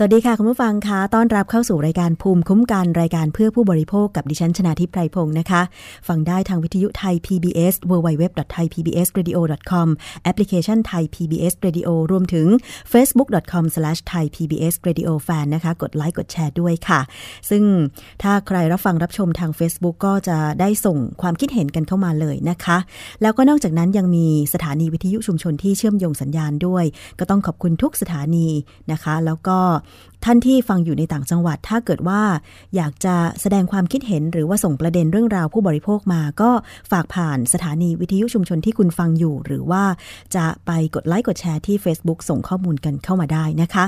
สวัสดีค่ะ คุณผู้ฟังคะต้อนรับเข้าสู่รายการภูมิคุ้มกันรายการเพื่อผู้บริโภคกับดิฉันชนาทิพไพรพงศ์นะคะ ฟังได้ทางวิทยุไทย PBS www.thaipbsradio.com แอปพลิเคชันไทย PBS Radio รวมถึง facebook.com/thaipbsradiofan นะคะกดไลค์กดแชร์ด้วยค่ะ ซึ่งถ้าใครรับฟังรับชมทาง Facebook ก็จะได้ส่งความคิดเห็นกันเข้ามาเลยนะคะ แล้วก็นอกจากนั้นยังมีสถานีวิทยุชุมชนที่เชื่อมโยงสัญญาณด้วย ก็ต้องขอบคุณทุกสถานีนะคะ แล้วก็ท่านที่ฟังอยู่ในต่างจังหวัด ถ้าเกิดว่าอยากจะแสดงความคิดเห็น หรือว่าส่งประเด็นเรื่องราวผู้บริโภคมา ก็ฝากผ่านสถานีวิทยุชุมชนที่คุณฟังอยู่ หรือว่าจะไปกดไลค์กดแชร์ที่ Facebook ส่งข้อมูลกันเข้ามาได้นะคะ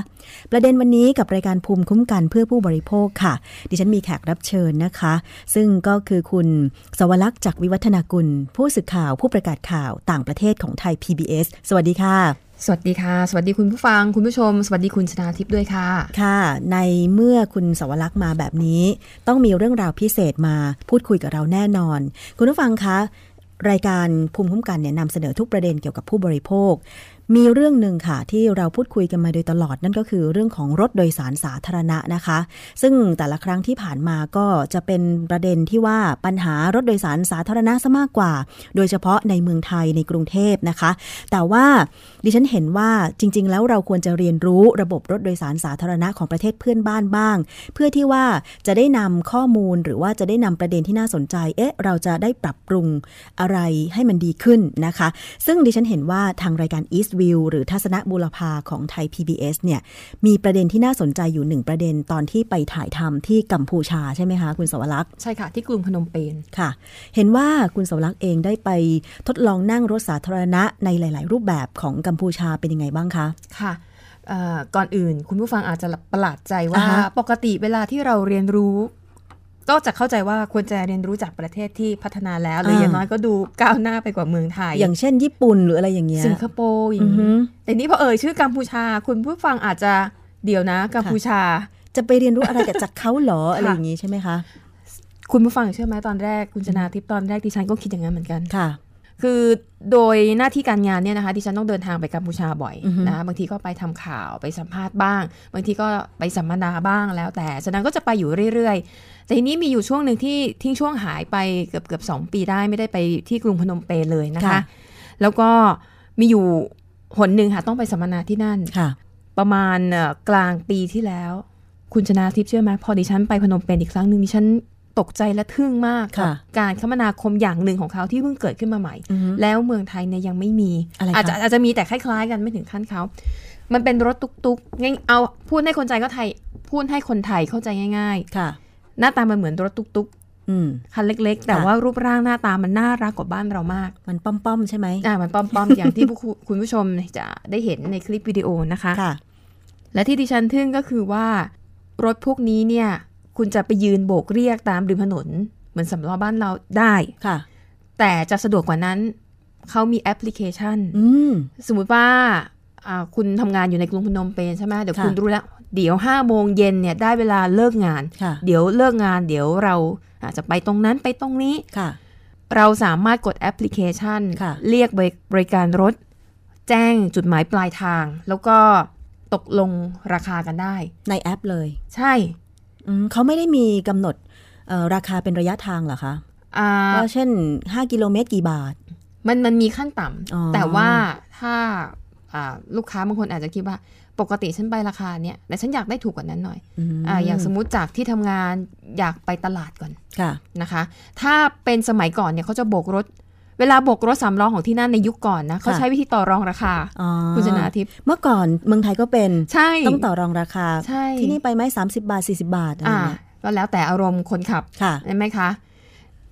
ประเด็นวันนี้กับรายการภูมิคุ้มกันเพื่อผู้บริโภคค่ะ ดิฉันมีแขกรับเชิญนะคะ ซึ่งก็คือคุณสวรักษ์จากวิวัฒนากุล ผู้สื่อข่าวผู้ประกาศข่าวต่างประเทศของไทย PBS สวัสดีค่ะ สวัสดีค่ะ สวัสดีคุณผู้ฟัง คุณผู้ชม สวัสดีคุณชนาทิพย์ด้วยค่ะ ค่ะ ในเมื่อคุณสวรักษ์มาแบบนี้ ต้องมีเรื่องราวพิเศษมาพูดคุยกับเราแน่นอน คุณผู้ฟังคะ รายการภูมิคุ้มกันเนี่ยนำเสนอทุกประเด็นเกี่ยวกับผู้บริโภค มีเรื่องหนึ่งค่ะ ที่เราพูดคุยกันมาโดยตลอดนั่นก็คือเรื่องของรถโดยสารสาธารณะนะคะ ซึ่งแต่ละครั้งที่ผ่านมาก็จะเป็นประเด็นที่ว่าปัญหารถโดยสารสาธารณะซะมากกว่า โดยเฉพาะในเมืองไทยในกรุงเทพนะคะ แต่ว่าดิฉันเห็นว่าจริง ๆ แล้วเราควรจะเรียนรู้ระบบรถโดยสารสาธารณะของประเทศเพื่อนบ้านบ้าง เพื่อที่ว่าจะได้นำข้อมูลหรือว่าจะได้นำประเด็นที่น่าสนใจ เอ๊ะ เราจะได้ปรับปรุงอะไรให้มันดีขึ้นนะคะ ซึ่งดิฉันเห็นว่าทางรายการ East View หรือทัศนบุรพาของไทย PBS เนี่ย มีประเด็นที่น่าสนใจอยู่หนึ่งประเด็นตอนที่ไปถ่ายทำที่กัมพูชาใช่ไหมคะคุณสวรักษ์ ใช่ค่ะ ที่กรุงพนมเปญ ค่ะ เห็นว่าคุณสวรักษ์เองได้ไปทดลองนั่งรถสาธารณะในหลาย ๆ รูปแบบของกัมพูชาเป็นยังไงบ้างคะ ค่ะเอ่อก่อนอื่นคุณผู้ฟังอาจจะประหลาดใจว่า อ่าฮะ ปกติเวลาที่เราเรียนรู้ ก็จะเข้าใจว่าควรจะเรียนรู้จากประเทศที่พัฒนาแล้ว หรืออย่างน้อยก็ดูก้าวหน้าไปกว่าเมืองไทย อย่างเช่นญี่ปุ่นหรืออะไรอย่างเงี้ย สิงคโปร์ออืย่าง อฮึ นี้แต่นี้พอเอ่ยชื่อกัมพูชา คุณผู้ฟังอาจจะเดี๋ยวนะ กัม ค่ะ พูชา จะไปเรียนรู้อะไรกับจากเขาเหรออะไรอย่างงี้ใช่ไหมคะ คุณผู้ฟังเชื่อไหมตอนแรกคุณชนาทิพย์ตอนแรกดิฉันก็คิดอย่างนั้นเหมือนกัน ค่ะ คือโดยหน้าที่การงานเนี่ยนะคะดิฉันต้องเดินทางไปกัมพูชาบ่อย อือฮึ นะคะบางทีก็ไปทำข่าวไปสัมภาษณ์บ้าง บางทีก็ไปสัมมนาบ้างแล้วแต่ฉะนั้นก็จะไปอยู่เรื่อยๆ แต่ทีนี้มีอยู่ช่วงหนึ่งที่ทิ้งช่วงหายไปเกือบเกือบสองปีได้ไม่ได้ไปที่กรุงพนมเปญเลยนะคะ แล้วก็มีอยู่หนหนึ่งค่ะต้องไปสัมมนาที่นั่น ค่ะ ประมาณเอ่อกลางปีที่แล้ว คุณชนะทิพย์เชื่อไหมพอดิฉันไปพนมเปญอีกครั้งหนึ่งดิฉันตกใจและทึ่งมากกั ค่ะ การคมนาคมอย่างหนึ่งของเขาที่เพิ่งเกิดขึ้นมาใหม่ อือฮึ แล้วเมืองไทยเนี่ยยังไม่มี อะไรคะ จจะอาจจะมีแต่คล้าย ๆ กันไม่ถึงขั้นเขา มันเป็นรถตุกๆง่ายเอาพูดให้คนใจก็ไทยพูดให้คนไทยเข้าใจง่าย ค่ะ ๆ หน้าตามันเหมือนรถตุก อืม ๆคันเล็ก ๆ แต่ ค่ะ ว่ารูปร่างหน้าตามันน่ารักกว่าบ้านเรามาก มันป้อมป้อมๆใช่ไหม อ่ามันปอมๆอย่างที่ ผู้คุณคุณผู้ชมจะได้เห็นในคลิปวิดีโอนะคะ ค่ะ และที่ดิฉันทึ่งก็คือว่ารถพวกนี้เนี่ย คุณจะไปยืนโบกเรียกตามริมถนน เหมือนสำล้อบ้านเราได้ ค่ะ แต่จะสะดวกกว่านั้น เขามีแอปพลิเคชัน อืม สมมุติว่าอ่าคุณทำงานอยู่ในกรุงพนมเปญใช่ไหมเดี๋ยว ค่ะ คุณรู้แล้ว เดี๋ยวห้าโมงเย็นเนี่ยได้เวลาเลิกงาน ค่ะ เดี๋ยวเลิกงาน เดี๋ยวเราอาจจะไปตรงนั้นไปตรงนี้ ค่ะ เราสามารถกดแอปพลิเคชัน ค่ะ เรียกบริบริการรถ แจ้งจุดหมายปลายทาง แล้วก็ตกลงราคากันได้ ในแอปเลย ใช่ อืมเขาไม่ได้มีกำหนดเอ่อราคาเป็นระยะทางเหรอคะ อ่า ว่าเช่น 5 กิโลเมตรกี่บาท มันมันมีขั้นต่ อ๋อ ำแต่ว่าถ้าอ่าลูกค้าบางคนอาจจะคิดว่า ปกติฉันไปราคาเนี้ยแต่ฉันอยากได้ถูกกว่านั้นหน่อย อ่าอย่างสมมติจากที่ทำงานอยากไปตลาดก่อน ค่ะ นะคะ ถ้าเป็นสมัยก่อนเนี่ยเขาจะโบกรถ เวลาโบกรถสามล้อของที่นั่นในยุคก่อนนะเขา ค่ะ ใช้วิธีต่อรองราคา อ๋อ คุณชนาทิพย์ เมื่อก่อนเมืองไทยก็เป็น ใช่ ต้องต่อรองราคา ใช่ ที่นี่ไปไหม30 บาท 40 บาทอะไร อ่า เงี้ย ก็แล้วแต่อารมณ์คนขับ ค่ะ ใช่ไหมคะ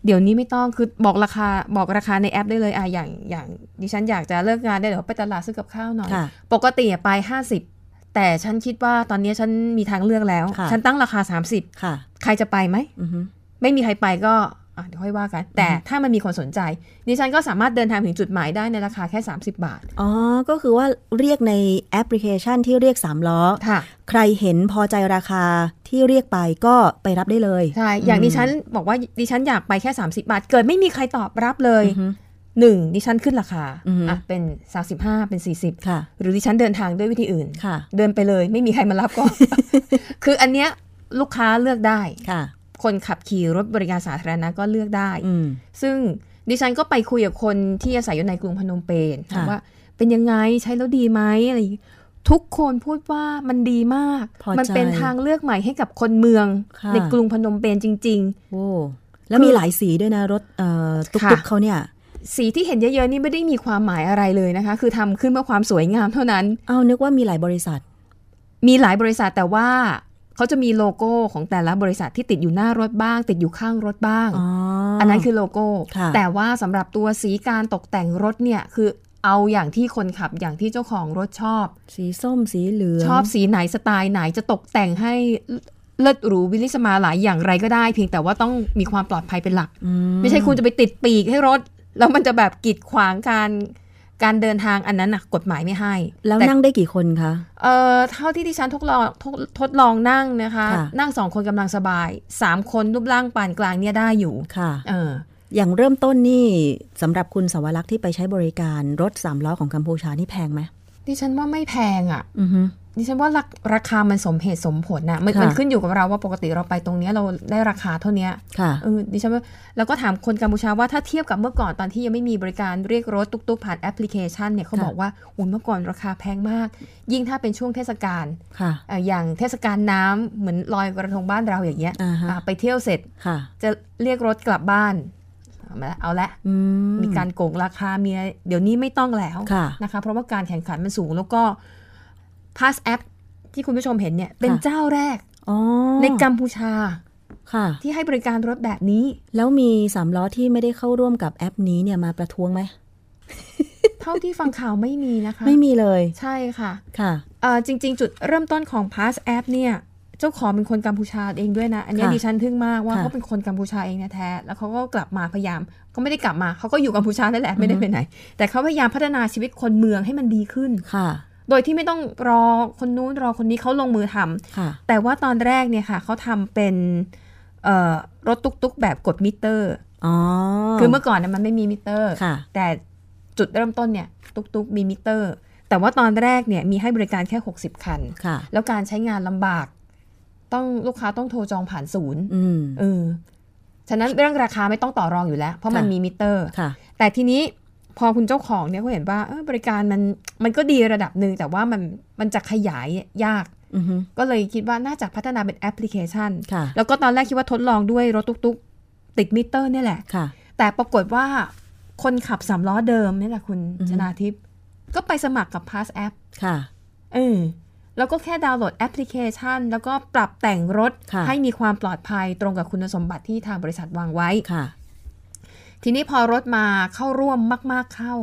เดี๋ยวนี้ไม่ต้องคือบอกราคาบอกราคาในแอปได้เลยอ่ะอย่างอย่างดิฉันอยากจะเลิกงานได้เดี๋ยวไปตลาดซื้อกับข้าวหน่อย ค่ะ ปกติอะไป 50 แต่ฉันคิดว่าตอนนี้ฉันมีทางเลือกแล้ว ค่ะ ฉันตั้งราคา 30 ค่ะ ใครจะไปไหม อือฮึ ไม่มีใครไปก็ อ่ะเดี๋ยวค่อยว่ากัน แต่ถ้ามันมีคนสนใจดิฉันก็สามารถเดินทางถึงจุดหมายได้ในราคาแค่ 30 บาท อ๋อ ก็คือว่าเรียกในแอปพลิเคชันที่เรียกสามล้อ ค่ะ ใครเห็นพอใจราคาที่เรียกไปก็ไปรับได้เลย ใช่ อย่างดิฉันบอกว่าดิฉันอยากไปแค่ 30 บาท เกิดไม่มีใครตอบรับเลยหนึ่งดิฉันขึ้นราคา อือฮึ อ่ะเป็น 35 เป็น 40 ค่ะ หรือดิฉันเดินทางด้วยวิธีอื่น ค่ะ เดินไปเลยไม่มีใครมารับก็ คืออันเนี้ยลูกค้าเลือกได้ ค่ะ คนขับขี่รถบริการสาธารณะก็เลือกได้ อืม ซึ่งดิฉันก็ไปคุยกับคนที่อาศัยอยู่ในกรุงพนมเปญถาม ค่ะ ว่าเป็นยังไงใช้แล้วดีไหมอะไรอย่างงี้ทุกคนพูดว่ามันดีมาก พอใจ มัเป็นทางเลือกใหม่ให้กับคนเมือง ค่ะ ในกรุงพนมเปญจริง โอ้แล้วมีหลายสีด้วยนะรถเอ่อ ค่ะ ตุ๊กๆเขาเนี่ย ๆ สีที่เห็นเยอะๆนี่ไม่ได้มีความหมายอะไรเลยนะคะ คือทำขึ้นเพื่อความสวยงามเท่านั้น เอานึกว่ามีหลายบริษัท มีหลายบริษัทแต่ว่าเขาจะมีโลโก้ของแต่ละบริษัทที่ติดอยู่หน้ารถบ้าง ติดอยู่ข้างรถบ้าง อ๋อ อั อั นนั้นคือโลโก้ ค่ะ แต่ว่าสำหรับตัวสีการตกแต่งรถเนี่ย คือเอาอย่างที่คนขับอย่างที่เจ้าของรถชอบ สีส้มสีเหลือง ชอบสีไหนสไตล์ไหนจะตกแต่งให้เลิศหรูวิลิสมาหลายอย่างไรก็ได้ เพียงแต่ว่าต้องมีความปลอดภัยเป็นหลัก อื ไม่ใช่คุณจะไปติดปีกให้รถ แล้วมันจะแบบกีดขวางการการเดินทางอันนั้นนะกฎหมายไม่ให้ แล้ว ต่ นั่งได้กี่คนคะ เอ่อเท่าที่ดิฉันทดลองทดทดลองนั่งนะคะ ค่ะ นั่งสองคนกำลังสบายสามคนรูปร่างปานกลางเนี่ยได้อยู่ ค่ะ เออ อย่างเริ่มต้นนี่สำหรับคุณสวรักษ์ที่ไปใช้บริการรถสามล้อของกัมพูชานี่แพงไหม ดิฉันว่าไม่แพงอะ่ะ อือฮึ ดิฉันว่าราราคามันสมเหตุสมผลนะมัน ค่ะ มันขึ้นอยู่กับเราว่าปกติเราไปตรงเนี้ยเราได้ราคาเท่าเนี้ย ค่ะ เออดิฉันว่าแล้วก็ถามคนกัมพูชาว่าถ้าเทียบกับเมื่อก่อนตอนที่ยังไม่มีบริการเรียกรถตุ๊กๆผ่านแอปพลิเคชันเนี่ยเขา ค่ะ บอกว่าอุ้ยเมื่อก่อนราคาแพงมาก ยิ่งถ้าเป็นช่วงเทศกาล ค่ะ เอ่ออย่างเทศกาลน้ำเหมือนลอยกระทงบ้านเราอย่างเงี้ย อ่าฮะ อ่ะไปเที่ยวเสร็จ ค่ะ จะเรียกรถกลับบ้านเอาละเอาละ อื มีการโกงราคามีอะไรเดี๋ยวนี้ไม่ต้องแล้ว ค่ะ นะคะ เพราะว่าการแข่งขันมันสูงแล้วก็พาสแอปที่คุณผู้ชมเห็นเนี่ยเป็นเจ้าแรก อ๋อ ในกัมพูชา ค่ะ ที่ให้บริการรถแบบ นี้ แล้วมีสามล้อที่ไม่ได้เข้าร่วมกับแอปนี้เนี่ยมาประท้วงไหม เท่าที่ฟังข่าวไม่มีนะคะ ไม่มีเลย ใช่ค่ะ ค่ะ เอ่อจริง ๆ จุดเริ่มต้นของพาสแอปเนี่ยเจ้าของเป็นคนกัมพูชาเองด้วยนะ อันเนี้ย ค่ะ ดิฉันทึ่งมากว่า ค่ะ เขาเป็นคนกัมพูชาเองแท้ๆแล้วเขาก็กลับมาพยายามเขาไม่ได้กลับมาเขาก็อยู่กัมพูชานั่นแหละไม่ได้ไปไหน แต่เขาพยายามพัฒนาชีวิตคนเมืองให้มันดีขึ้น ค่ะ โดยที่ไม่ต้องรอคนนู้นรอคนนี้เขาลงมือทำ ค่ะ แต่ว่าตอนแรกเนี่ยค่ะเขาทำเป็นเอ่อรถตุกๆ แบบกดมิเตอร์ อ๋อ คือเมื่อก่อนนะมันไม่มีมิเตอร์ ค่ะ แต่จุดเริ่มต้นเนี่ยตุกๆมีมิเตอร์ แต่ว่าตอนแรกเนี่ยมีให้บริการแค่ 60 คัน ค่ะ แล้วการใช้งานลำบาก ต้องลูกค้าต้องโทรจองผ่านศูนย์ อืม เออฉะนั้นเรื่องราคาไม่ต้องต่อรองอยู่แล้ว เพราะมัน ค่ะ มีมิเตอร์ ค่ะ แต่ทีนี้พอคุณเจ้าของเนี่ยเขาเห็นว่าเออบริการมันมันก็ดีระดับหนึ่งแต่ว่ามันมันจะขยายยาก อือฮึ ก็เลยคิดว่าน่าจะพัฒนาเป็นแอปพลิเคชัน ค่ะ แล้วก็ตอนแรกคิดว่าทดลองด้วยรถตุกๆ ติดมิเตอร์เนี่ยแหละ ค่ะ แต่ปรากฏว่าคนขับสามล้อเดิมนี่แหละคุณ อือฮึ ชนาทิพย์ก็ไปสมัครกับ Pass App ค่ะ เออแล้วก็แค่ดาวน์โหลดแอปพลิเคชัน แล้วก็ปรับแต่งรถ ค่ะ ให้มีความปลอดภัยตรงกับคุณสมบัติที่ทางบริษัทวางไว้ ค่ะ ทีนี้พอรถมาเข้าร่วมมาก ๆเข้า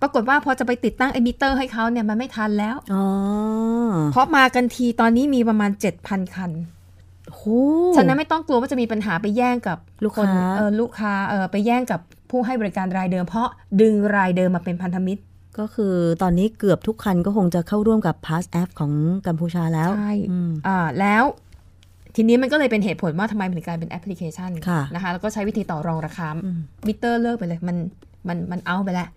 ปรากฏว่าพอจะไปติดตั้งไอ้มิเตอร์ให้เขาเนี่ยมันไม่ทันแล้ว อ๋อ เพราะมากันทีตอนนี้มีประมาณ 7,000 คัน โห ฉะนั้นไม่ต้องกลัวว่าจะมีปัญหาไปแย่งกับ ลูกค้า นเออลูกค้าเออไปแย่งกับผู้ให้บริการรายเดิม เพราะดึงรายเดิมมาเป็นพันธมิตร ก็คือตอนนี้เกือบทุกคันก็คงจะเข้าร่วมกับ Pass App ของกัมพูชาแล้ว ใช่ อืม อ่าแล้ว ทีนี้มันก็เลยเป็นเหตุผลว่าทำไมมันถึงกลายเป็นแอปพลิเคชัน ค่ะ นะคะแล้วก็ใช้วิธีต่อรองราคา อืม มิเตอร์เลิกไปเลยมันมันมันเอาไปแล้ว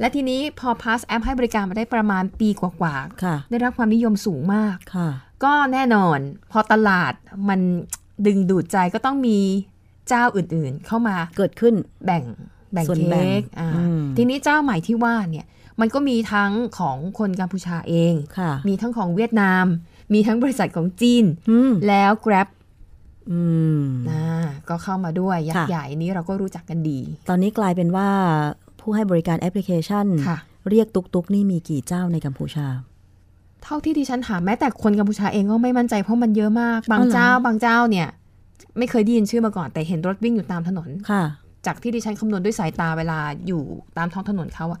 และทีนี้พอ Pass App ให้บริการมาได้ประมาณปีกว่า ค่ะ ๆได้รับความนิยมสูงมาก ค่ะ ก็แน่นอน พอตลาดมันดึงดูดใจก็ต้องมีเจ้าอื่นๆ เข้ามา เกิดขึ้น แบ่งแบ่ง ส่วน เค้ แบ่ง กอ่า อืม ทีนี้เจ้าใหม่ที่ว่าเนี่ยมันก็มีทั้งของคนกัมพูชาเอง ค่ะ มีทั้งของเวียดนาม มีทั้งบริษัทของจีน อืม แล้ว Grab อืม นะก็เข้ามาด้วยยักษ์ ค่ะ ใหญ่นี้เราก็รู้จักกันดี ตอนนี้กลายเป็นว่าผู้ให้บริการแอปพลิเคชัน ค่ะ เรียกตุกตุกนี่มีกี่เจ้าในกัมพูชา เท่าที่ดิฉันถามแม้แต่คนกัมพูชาเองก็ไม่มั่นใจเพราะมันเยอะมาก บาง อ๋อเหรอ เจ้าบางเจ้าเนี่ย ไม่เคยได้ยินชื่อมาก่อน แต่เห็นรถวิ่งอยู่ตามถนน ค่ะ จากที่ดิฉันคำนวณด้วยสายตาเวลาอยู่ตามท้องถนนเขาอะ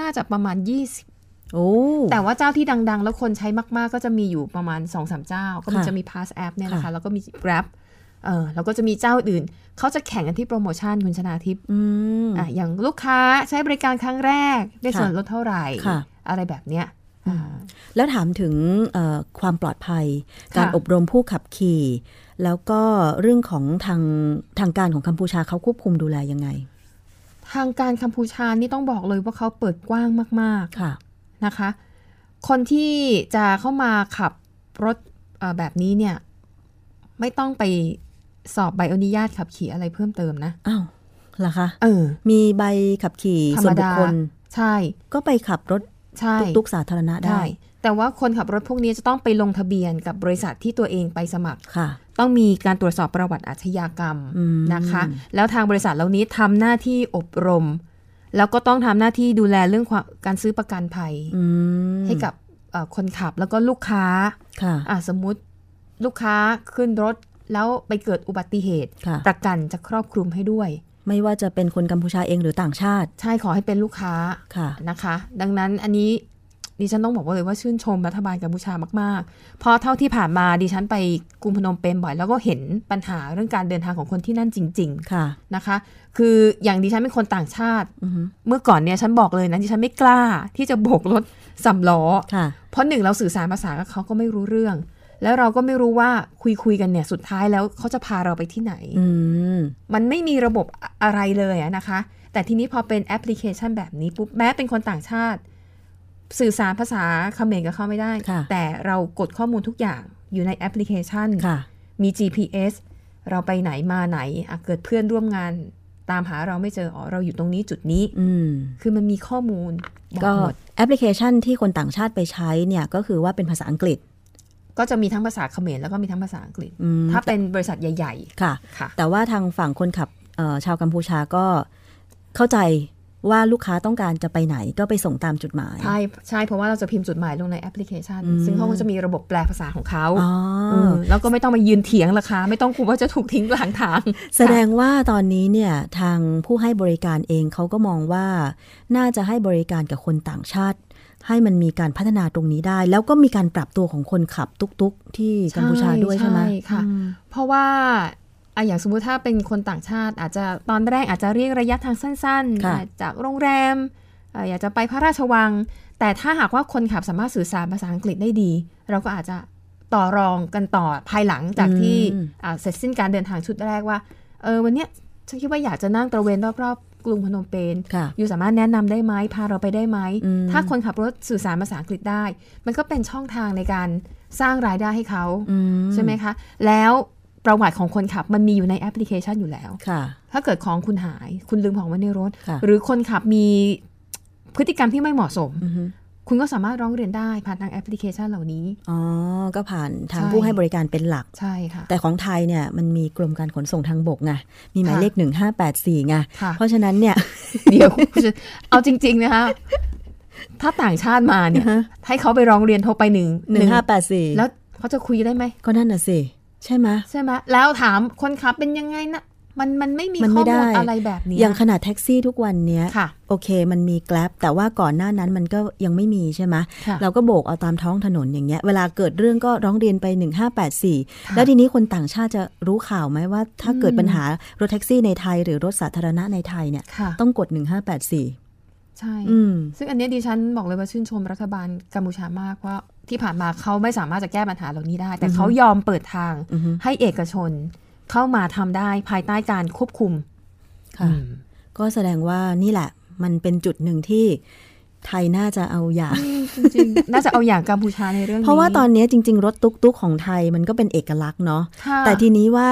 น่าจะประมาณ 20 โอ้ แต่ว่าเจ้าที่ดัง ๆ แล้วคนใช้มาก ๆ ก็จะมีอยู่ประมาณ2อสเจ้า ก็มัน ค่ะ จะมี Pass App เนี่ยนะคะ ค่ะ แล้วก็มี Grab เออแล้วก็จะมีเจ้าอื่น เขาจะแข่งกันที่โปรโมชั่นคุณชนาทิพย์ อืม อ่ะอย่างลูกค้าใช้บริการครั้งแรกได้ ค่ะ ส่วนลดเท่าไหร่ ค่ะ อะไรแบบเนี้ยอ่า แล้วถามถึงเอ่อความปลอดภัย ค่ะ การอบรมผู้ขับขี่ แล้วก็เรื่องของทางทางการของกัมพูชาเขาควบคุมดูแลยังไง ทางการกัมพูชานี่ต้องบอกเลยว่าเขาเปิดกว้างมาก ๆ ค่ะ นะคะ คนที่จะเข้ามาขับรถเอ่อแบบนี้เนี่ย ไม่ต้องไปสอบใบอนุญาตขับขี่อะไรเพิ่มเติมนะ อ้าวเหรอคะ เออ มีใบขับขี่ ธร ส่ว รนมบุ ดา คคล ใช่ ก็ไปขับรถ ใช่ ตุ๊กๆสาธารณะได้ ได้ แต่ว่าคนขับรถพวกนี้จะต้องไปลงทะเบียนกับบริษัทที่ตัวเองไปสมัคร ค่ะ ต้องมีการตรวจสอบประวัติอาชญากรรม อืม นะคะ แล้วทางบริษัทเหล่านี้ทำหน้าที่อบรม แล้วก็ต้องทำหน้าที่ดูแลเรื่องความการซื้อประกันภัย อืม ให้กับเอ่อคนขับแล้วก็ลูกค้า ค่ะ อ่ะสมมุติลูกค้าขึ้นรถแล้วไปเกิดอุบัติเหตุ ค่ะ ประกันจะครอบคลุมให้ด้วย ไม่ว่าจะเป็นคนกัมพูชาเองหรือต่างชาติ ใช่ขอให้เป็นลูกค้า ค่ะ นะคะ ดังนั้นอันนี้ดิฉันต้องบอกว่าเลยว่าชื่นชมรัฐบาลกัมพูชามากๆ เพราะเท่าที่ผ่านมาดิฉันไปกรุงพนมเปญบ่อย แล้วก็เห็นปัญหาเรื่องการเดินทางของคนที่นั่นจริง ค่ะ ๆนะคะ คืออย่างดิฉันเป็นคนต่างชาติ อือฮึ เมื่อก่อนเนี่ยฉันบอกเลยนะดิฉันไม่กล้าที่จะโบกรถสำล้อ ค่ะ เพราะหนึ่งเราสื่อสารภาษากับเขาก็ไม่รู้เรื่อง แล้วเราก็ไม่รู้ว่าคุยคุยๆกันเนี่ยสุดท้ายแล้วเขาจะพาเราไปที่ไหน อืม มันไม่มีระบบอะอะไรเลยอะนะคะ แต่ทีนี้พอเป็นแอปพลิเคชันแบบนี้ปุ๊บแม้เป็นคนต่างชาติ สื่อสารภาษาเขมรกับเขาไม่ได้ ค่ะ แต่เรากดข้อมูลทุกอย่างอยู่ในแอปพลิเคชัน ค่ะ มี GPS เราไปไหนมาไหนอะเกิดเพื่อนร่วมงาน ตามหาเราไม่เจออ๋อเราอยู่ตรงนี้จุดนี้ อืม คือมันมีข้อมูลบอก ก็ หมด แอปพลิเคชันที่คนต่างชาติไปใช้เนี่ยก็คือว่าเป็นภาษาอังกฤษ ก็จะมีทั้งภาษาเขมรแล้วก็มีทั้งภาษาอังกฤษ อืม ถ้าเป็นบริษัทใหญ่ ค่ะ ๆ ค่ะ แต่ว่าทางฝั่งคนขับเอ่อชาวกัมพูชาก็เข้าใจว่าลูกค้าต้องการจะไปไหนก็ไปส่งตามจุดหมาย ใช่ใช่เพราะว่าเราจะพิมพ์จดหมายลงในแอปพลิเคชัน อืม ซึ่งเขาก็จะมีระบบแปลภาษาของเขา อ๋อ เออแล้วก็ไม่ต้องมายืนเถียงราคาไม่ต้องกลัวว่าจะถูกทิ้งกลางทาง แสดงว่าตอนนี้เนี่ยทางผู้ให้บริการเองเขาก็มองว่า น่าจะให้บริการกับคนต่างชาติ ให้มันมีการพัฒนาตรงนี้ได้ แล้วก็มีการปรับตัวของคนขับตุ๊กๆ ที่กัมพูชาด้วยใช่ไหม ใช่ค่ะ อืม เพราะว่าอ่ะอย่างสมมุติถ้าเป็นคนต่างชาติ อาจจะตอนแรกอาจจะเรียกระยะทางสั้นๆ ค่ะ อ่ะจากโรงแรมเอ่ออยากจะไปพระราชวัง แต่ถ้าหากว่าคนขับสามารถสื่อสารภาษาอังกฤษได้ดี เราก็อาจจะต่อรองกันต่อภายหลังจากที่อ่ะเสร็จสิ้นการเดินทางชุดแรกว่าเออวันเนี้ยฉันคิดว่าอยากจะนั่งตระเวนรอบๆกรุงพนมเปญ ค่ะ อยู่สามารถแนะนำได้ไหมพาเราไปได้ไหม อืม ถ้าคนขับรถสื่อสารภาษาอังกฤษได้ มันก็เป็นช่องทางในการสร้างรายได้ให้เขา อื ใช่ไหมคะ แล้วประวัติของคนขับมันมีอยู่ในแอปพลิเคชันอยู่แล้ว ค่ะ ถ้าเกิดของคุณหายคุณลืมของไว้ในรถ ค่ะ หรือคนขับมีพฤติกรรมที่ไม่เหมาะสม อือฮึ คุณก็สามารถร้องเรียนได้ผ่านทางแอปพลิเคชันเหล่านี้ อ๋อ ก็ผ่านทาง ใช่ ผู้ให้บริการเป็นหลัก ใช่ค่ะ แต่ของไทยเนี่ยมันมีกรมการขนส่งทางบกไง มีหมาย ค่ะ เลข 1584ไง ค่ะ เพราะฉะนั้นเนี่ย เดี๋ยว เอาจริง ๆ นะคะ ถ้าต่างชาติมาเนี่ยให้เขาไปร้องเรียนโทรไปหนึ่ง 1584 แล้วเขาจะคุยได้ไหม ก็นั่นน่ะสิ ใช่ไหมะ ใช่ไหมแล้วถามคนขับเป็นยังไงนะมันมันไม่มี มัน ข้ ไม่ อมูล ได้ อะไรแบบนี้ อย่างขนาดแท็กซี่ทุกวันเนี้ย ค่ะ โอเค มันมีแกลบแต่ว่าก่อนหน้านั้นมันก็ยังไม่มีใช่ไหมะ ค่ะ เราก็โบกเอาตามท้องถนนอย่างเงี้ย เวลาเกิดเรื่องก็ร้องเรียนไป 1584 ค่ะ แล้วทีนี้คนต่างชาติจะรู้ข่าวไหมว่าถ้าเกิดปัญหารถแท็กซี่ในไทย หรือรถสาธารณะในไทยเนี่ย ค่ะ ต้องกด 1584 ใช่ อืม ซึ่งอันเนี้ยดิฉันบอกเลยว่าชื่นชมรัฐบาลกัมพูชามากว่าที่ผ่านมาเขาไม่สามารถจะแก้ปัญหาเหล่านี้ได้ แต่เขายอมเปิดทาง อือฮึ ให้เอกชนเข้ามาทำได้ภายใต้การควบคุม ค่ะ อืม ก็แสดงว่านี่แหละ มันเป็นจุดหนึ่งที่ไทยน่าจะเอาอย่าง จริงๆน่าจะเอาอย่างกัมพูชาในเรื่องนี้ เพราะว่าตอนนี้จริง ๆ รถตุ๊กๆของไทยมันก็เป็นเอกลักษณ์เนาะ ค่ะ แต่ทีนี้ว่า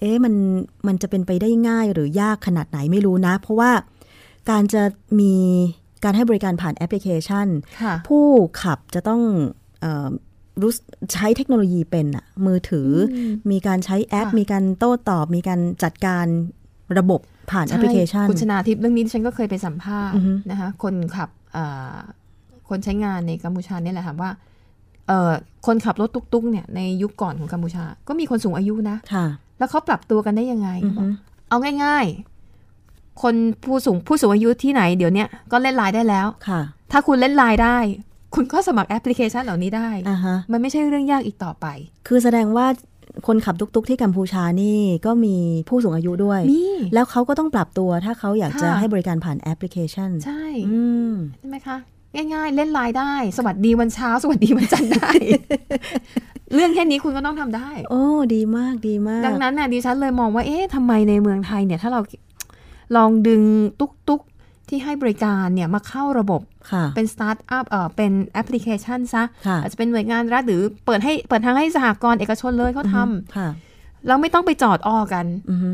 เอ๊ะมันมันจะเป็นไปได้ง่ายหรือยากขนาดไหนไม่รู้นะ เพราะว่าการจะมีการให้บริการผ่านแอปพลิเคชัน ค่ะ ผู้ขับจะต้องเออรู้ใช้เทคโนโลยีเป็นอะมือถืออ ม มีการใช้แอป ค่ะ มีการโต้ตอบ มีการจัดการระบบผ่านแอปพลิเคชัน ใคุณชนาทิพย์เรื่องนี้ดิฉันก็เคยไปสัมภาษ อื ณ์ อฮึ นะคะคนขับเอ่อคนใช้งานในกัมพูชาเนี่ยแหละค่ะว่าเอ่อคนขับรถตุ๊กๆเนี่ยในยุคก่อนของกัมพูชา ก็มีคนสูงอายุนะ ค่ะ แล้วเขาปรับตัวกันได้ยังไง อือฮึ เอาง่ายๆ คนผู้สูงผู้สูงอายุที่ไหนเดี๋ยวเนี้ยก็เล่นไลน์ได้แล้ว ค่ะ ถ้าคุณเล่นไลน์ได้ คุณก็สมัครแอปพลิเคชันเหล่านี้ได้ อ่าฮะ มันไม่ใช่เรื่องยากอีกต่อไป คือแสดงว่า คนขับตุกๆที่กัมพูชานี่ก็มีผู้สูงอายุด้วย มี แล้วเขาก็ต้องปรับตัวถ้าเขาอยากจะ ค่ะ ให้บริการผ่านแอปพลิเคชัน ใช่ อืม ใช่ไหมคะ ง่ายๆ เล่นไลน์ได้ สวัสดีวันเช้า สวัสดีวันจันทร์ได้ เรื่องแค่นี้คุณก็ต้องทำได้ โอ้ดีมากดีมาก ดังนั้นน่ะดิฉันเลยมองว่าเอ๊ะทำไมในเมืองไทยเนี่ย ถ้าเราลองดึงตุ๊กตุ๊กที่ให้บริการเนี่ย มาเข้าระบบ ค่ะ เป็นสตาร์ทอัพเอ่อเป็นแอปพลิเคชันซะ ค่ะ อาจจะเป็นหน่วยงานรัฐหรือเปิดให้เปิดทางให้สหกรณ์เอกชนเลยเขาท ค่ะ ำแล้วไม่ต้องไปจอดออกัน อือฮึ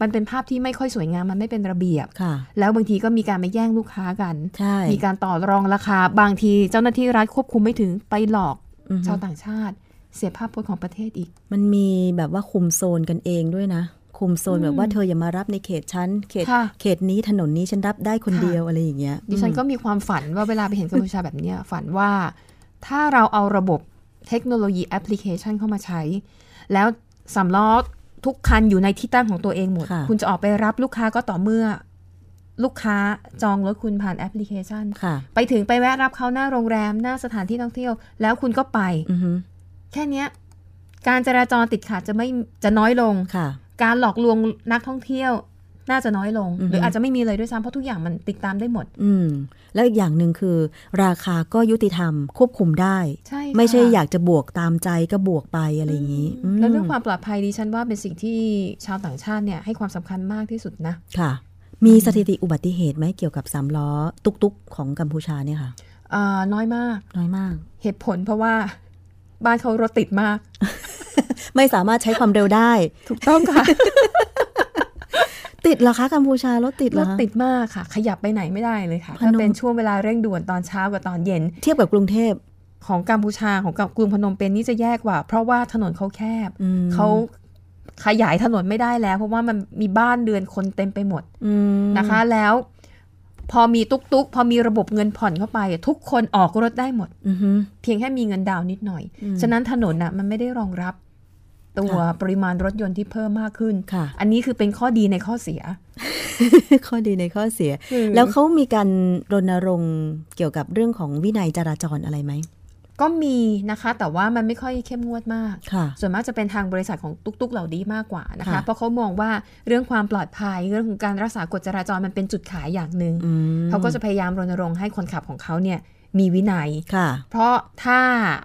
มันเป็นภาพที่ไม่ค่อยสวยงามมันไม่เป็นระเบียบ ค่ะ แล้วบางทีก็มีการมาแย่งลูกค้ากัน ใช่ มีการต่อรองราคาบางทีเจ้าหน้าที่รัฐควบคุมไม่ถึงไปหลอก อือฮึ ชาวต่างชาติ เสียภาพพจน์ของประเทศอีก มันมีแบบว่าคุมโซนกันเองด้วยนะ คุมโซนแบบว่าเธออย่ามารับในเขตฉันเขต ค่ะ เขตนี้ถนนนี้ฉันรับได้คนเดียวอะไรอย่างเงี้ย ดิฉัน อืม ก็มีความฝันว่าเวลาไปเห็นกัมพูชาแบบเนี้ยฝันว่าถ้าเราเอาระบบเทคโนโลยีแอปพลิเคชันเข้ามาใช้ แล้วสำล้อทุกคันอยู่ในที่ตั้งของตัวเองหมด คุณจะออกไปรับลูกค้าก็ต่อเมื่อ ลูกค้าจองรถคุณผ่านแอปพลิเคชัน ค่ะ ไปถึงไปแวะรับเขาหน้าโรงแรมหน้าสถานที่ท่องเที่ยว แล้วคุณก็ไป อือฮึ แค่เนี้ยการจราจรติดขัดจะไม่จะน้อยลง ค่ะ การหลอกลวงนักท่องเที่ยวน่าจะน้อยลง อือฮึ หรืออาจจะไม่มีเลยด้วยซ้ำเพราะทุกอย่างมันติดตามได้หมด อืม แล้วอีกอย่างหนึ่งคือ ราคาก็ยุติธรรมควบคุมได้ ใช่ ไม่ใช่ ค่ะ อยากจะบวกตามใจก็บวกไปอะไรอย่างนี้อืม แล้วเรื่องความปลอดภัยดิฉันว่าเป็นสิ่งที่ชาวต่างชาติเนี่ยให้ความสำคัญมากที่สุดนะ ค่ะ มีสถิติอุบัติเหตุไหมเกี่ยวกับสามล้อตุกๆ ของกัมพูชาเนี่ยค่ะ เอ่อน้อยมาก น้อยมาก เหตุผลเพราะว่าบ้านเขารถติดมาก ไม่สามารถใช้ความเร็วได้ ถูกต้องค่ะ ติดเหรอคะกัมพูชารถติดเห ร รอ ถ คะ ติดมากค่ะ ขยับไปไหนไม่ได้เลยค่ะ พนม ถ้าเป็นช่วงเวลาเร่งด่วนตอนเช้ากับตอนเย็น เทียบกับกรุงเทพ ของกัมพูชาของกรุงพนมเปญนี่จะแย่กว่า เพราะว่าถนนเขาแคบ อืม เขาขยายถนนไม่ได้แล้ว เพราะว่ามันมีบ้านเรือนคนเต็มไปหมด อืม นะคะ แล้วพอมีตุ๊กตุกๆ พอมีระบบเงินผ่อนเข้าไป ทุกคนออกรถได้หมด อือฮึ เพียงแค่มีเงินดาวน์นิดหน่อย อืม ฉะนั้นถนนน่ะมันไม่ได้รองรับ ตัว ค่ะ ปริมาณรถยนต์ที่เพิ่มมากขึ้น ค่ะ อันนี้คือเป็นข้อดีในข้อเสีย ข้อดีในข้อเสีย อืม แล้วเขามีการรณรงค์เกี่ยวกับเรื่องของวินัยจราจรอะไรไหม ก็มีนะคะ แต่ว่ามันไม่ค่อยเข้มงวดมาก ค่ะ ส่วนมากจะเป็นทางบริษัทของตุกๆ เหล่านี้มากกว่านะคะ ค่ะ เพราะเขามองว่าเรื่องความปลอดภัยเรื่องของการรักษากฎจราจรมันเป็นจุดขายอย่างหนึ่ง อืม เขาก็จะพยายามรณรงค์ให้คนขับของเขาเนี่ยมีวินัย ค่ะ เพราะถ้า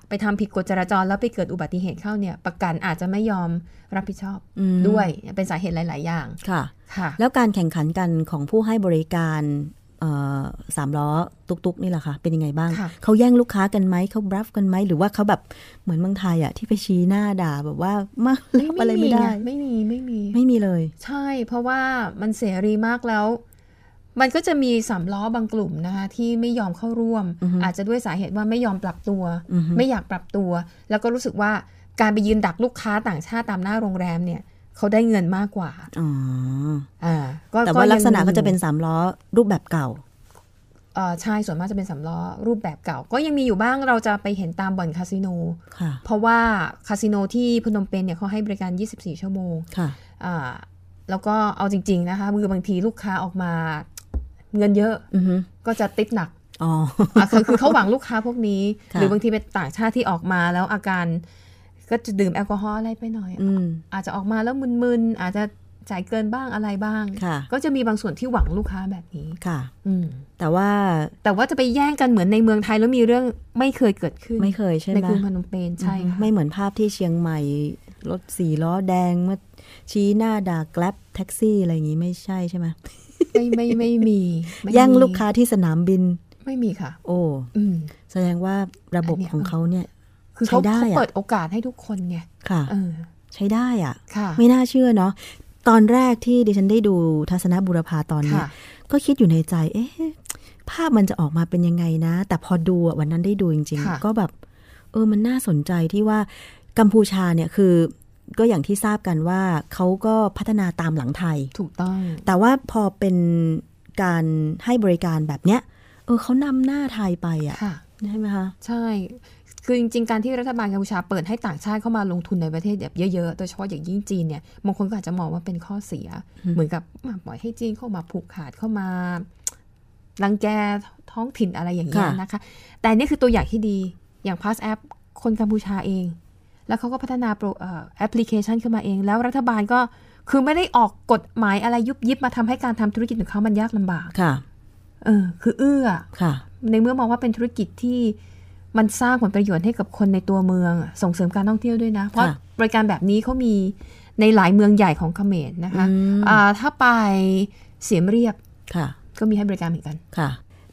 ไปทำผิดกฎจราจรแล้วไปเกิดอุบัติเหตุเข้าเนี่ย ประกันอาจจะไม่ยอมรับผิดชอบ อืม ด้วยเป็นสาเหตุหลาย ๆ อย่าง ค่ะ ค่ะ แล้วการแข่งขันกันของผู้ให้บริการเอ่อสามล้อตุกๆ นี่แหละค่ะ เป็นยังไงบ้าง ค่ะ เขาแย่งลูกค้ากันไหมเขาบรัฟกันไหมหรือว่าเขาแบบเหมือนเมืองไทยอะที่ไปชี้หน้าด่าแบบว่ามารับอะไรไม่ได้ ไม่มีไม่มี ไม่มีเลย ใช่ เพราะว่ามันเสรีมากแล้ว มันก็จะมีสามล้อบางกลุ่มนะคะที่ไม่ยอมเข้าร่วม อือฮึ อาจจะด้วยสาเหตุว่าไม่ยอมปรับตัว อือฮึ ไม่อยากปรับตัว แล้วก็รู้สึกว่าการไปยืนดักลูกค้าต่างชาติตามหน้าโรงแรมเนี่ย เขาได้เงินมากกว่า อ๋อ อ่า แต่ว่าลักษณะ ยังมี ก็จะเป็น อยู่ สามล้อรูปแบบเก่า เอ่อใช่ส่วนมากจะเป็นสามล้อรูปแบบเก่า ก็ยังมีอยู่บ้างเราจะไปเห็นตามบ่อนคาสิโน ค่ะ เพราะว่าคาสิโนที่พนมเปญเนี่ยเขาให้บริการ 24 ชั่วโมง ค่ะ อ่าแล้วก็เอาจริง ๆ นะคะคือบางทีลูกค้าออกมา เงินเยอะ อือฮึ ก็จะติดหนัก อ๋อ อ่ะคือคือเขาหวังลูกค้าพวกนี้ ค่ะ หรือบางทีเป็นต่างชาติที่ออกมาแล้วอาการ ก็จะดื่มแอลกอฮอล์อะไรไปหน่อย อืม อาจจะออกมาแล้วมึนๆอาจจะจ่ายเกินบ้างอะไรบ้าง ค่ะ ก็จะมีบางส่วนที่หวังลูกค้าแบบนี้ ค่ะ อืม แต่ว่า แต่ว่าจะไปแย่งกันเหมือนในเมืองไทยแล้วมีเรื่องไม่เคยเกิดขึ้น ไม่เคยใช่ไหม ในกรุงพนมเปญใช่ค่ะ ไม่เหมือนภาพที่เชียงใหม่ รถสี่ล้อแดงมาชี้หน้าด่าแกล็บแท็กซี่อะไรอย่างนี้ไม่ใช่ใช่ไหม ไม่ไม่ไม่มีไม่มี แย่งลูกค้าที่สนามบิน ไม่มีค่ะ โอ้ อืม แสดงว่าระบบ อันเนี้ย ของเขาเนี่ย คือเขา ใช้ได้ เขา อะ เปิดโอกาสให้ทุกคนไง ค่ะ เออ ใช้ได้อ่ะ ค่ะ ไม่น่าเชื่อเนาะ ตอนแรกที่ดิฉันได้ดูทัศนบุรพาตอนเนี้ย ค่ะ ก็คิดอยู่ในใจ เอ๊ะ ภาพมันจะออกมาเป็นยังไงนะ แต่พอดูอะวันนั้นได้ดูจริง ค่ะ ๆ ก็แบบ เออ มันน่าสนใจที่ว่ากัมพูชาเนี่ยคือ ก็อย่างที่ทราบกันว่าเขาก็พัฒนาตามหลังไทย ถูกต้อง แต่ว่าพอเป็นการให้บริการแบบเนี้ย เออเขานำหน้าไทยไปอ่ะ ค่ะ ใช่ไหมคะ ใช่ คือจริงๆ การที่รัฐบาลกัมพูชาเปิดให้ต่างชาติเข้ามาลงทุนในประเทศแบบเยอะๆ โดยเฉพาะอย่างยิ่งจีนเนี่ย บางคนก็อาจจะมองว่าเป็นข้อเสีย เหมือนกับอ่ะปล่อยให้จีนเข้ามาผูกขาดเข้ามารังแกท้องถิ่นอะไรอย่างเงี้ย ค่ะ นะคะ แต่นี่คือตัวอย่างที่ดี อย่างพาสแอปคนกัมพูชาเอง แล้วเขาก็พัฒนาโปรแอปพลิเคชันขึ้นมาเอง แล้วรัฐบาลก็คือไม่ได้ออกกฎหมายอะไรยุบยิบมาทำให้การทำธุรกิจของเขามันยากลำบาก ค่ะ เออคือเอื้อ ค่ะ ในเมื่อมองว่าเป็นธุรกิจที่มันสร้างผลประโยชน์ให้กับคนในตัวเมืองอะส่งเสริมการท่องเที่ยวด้วยนะ เพราะบริการแบบนี้เขามีในหลายเมืองใหญ่ของเขมรนะคะ อืม อ่าถ้าไปเสียมเรียบ ค่ะ ก็มีให้บริการเหมือนกัน ค่ะ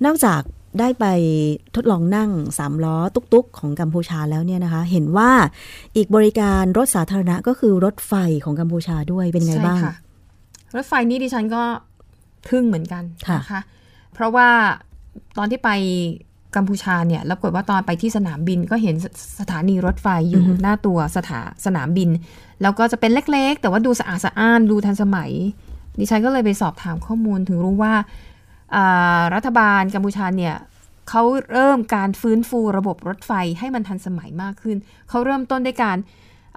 นอกจากได้ไปทดลองนั่งสามล้อตุ๊กๆ ของกัมพูชาแล้วเนี่ยนะคะ เห็นว่าอีกบริการรถสาธารณะก็คือรถไฟของกัมพูชาด้วยเป็นไง ใช่ บ้าง ค่ะรถไฟนี้ดิฉันก็ทึ่งเหมือนกัน ค่ะ นะคะ เพราะว่าตอนที่ไปกัมพูชาเนี่ยแล้วปรากฏว่าตอนไปที่สนามบินก็เห็นสสถานีรถไฟอยู่หน้าตัวสถาสนามบิน แล้วก็จะเป็นเล็ก ๆ แต่ว่าดูสะอาดสะอ้านดูทันสมัย ดิฉันก็เลยไปสอบถามข้อมูลถึงรู้ว่าอ่ารัฐบาลกัมพูชาเนี่ยเขาเริ่มการฟื้นฟูระบบรถไฟให้มันทันสมัยมากขึ้นเขาเริ่มต้นด้วยการ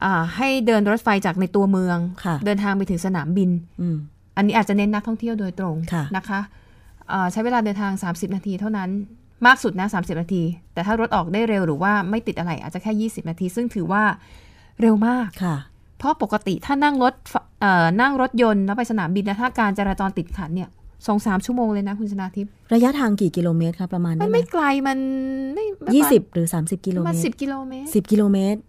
อ่าให้เดินรถไฟจากในตัวเมือง ค่ะ เดินทางไปถึงสนามบิน อืม อันนี้อาจจะเน้นนักท่องเที่ยวโดยตรง ค่ะ นะคะเอ่อใช้เวลาเดินทาง 30 นาทีเท่านั้น มากสุดนะ 30 นาที แต่ถ้ารถออกได้เร็วหรือว่าไม่ติดอะไรอาจจะแค่ 20 นาที ซึ่งถือว่าเร็วมาก ค่ะ เพราะปกติถ้านั่งรถฝเอ่อนั่งรถยนต์แล้วไปสนามบินนะถ้าการจราจรติดขัดเนี่ยสองสามชั่วโมงเลยนะคุณชนาทิพย์ ระยะทางกี่กิโลเมตรคะประมาณ มั ได้ น ไหม ไม่ไกลมันไม่ไม่ ยี่สิบหรือสามสิบกิ ป โล ระ เม มา ต ณ ร สิบกิโลเมตร สิบกิโลเมตร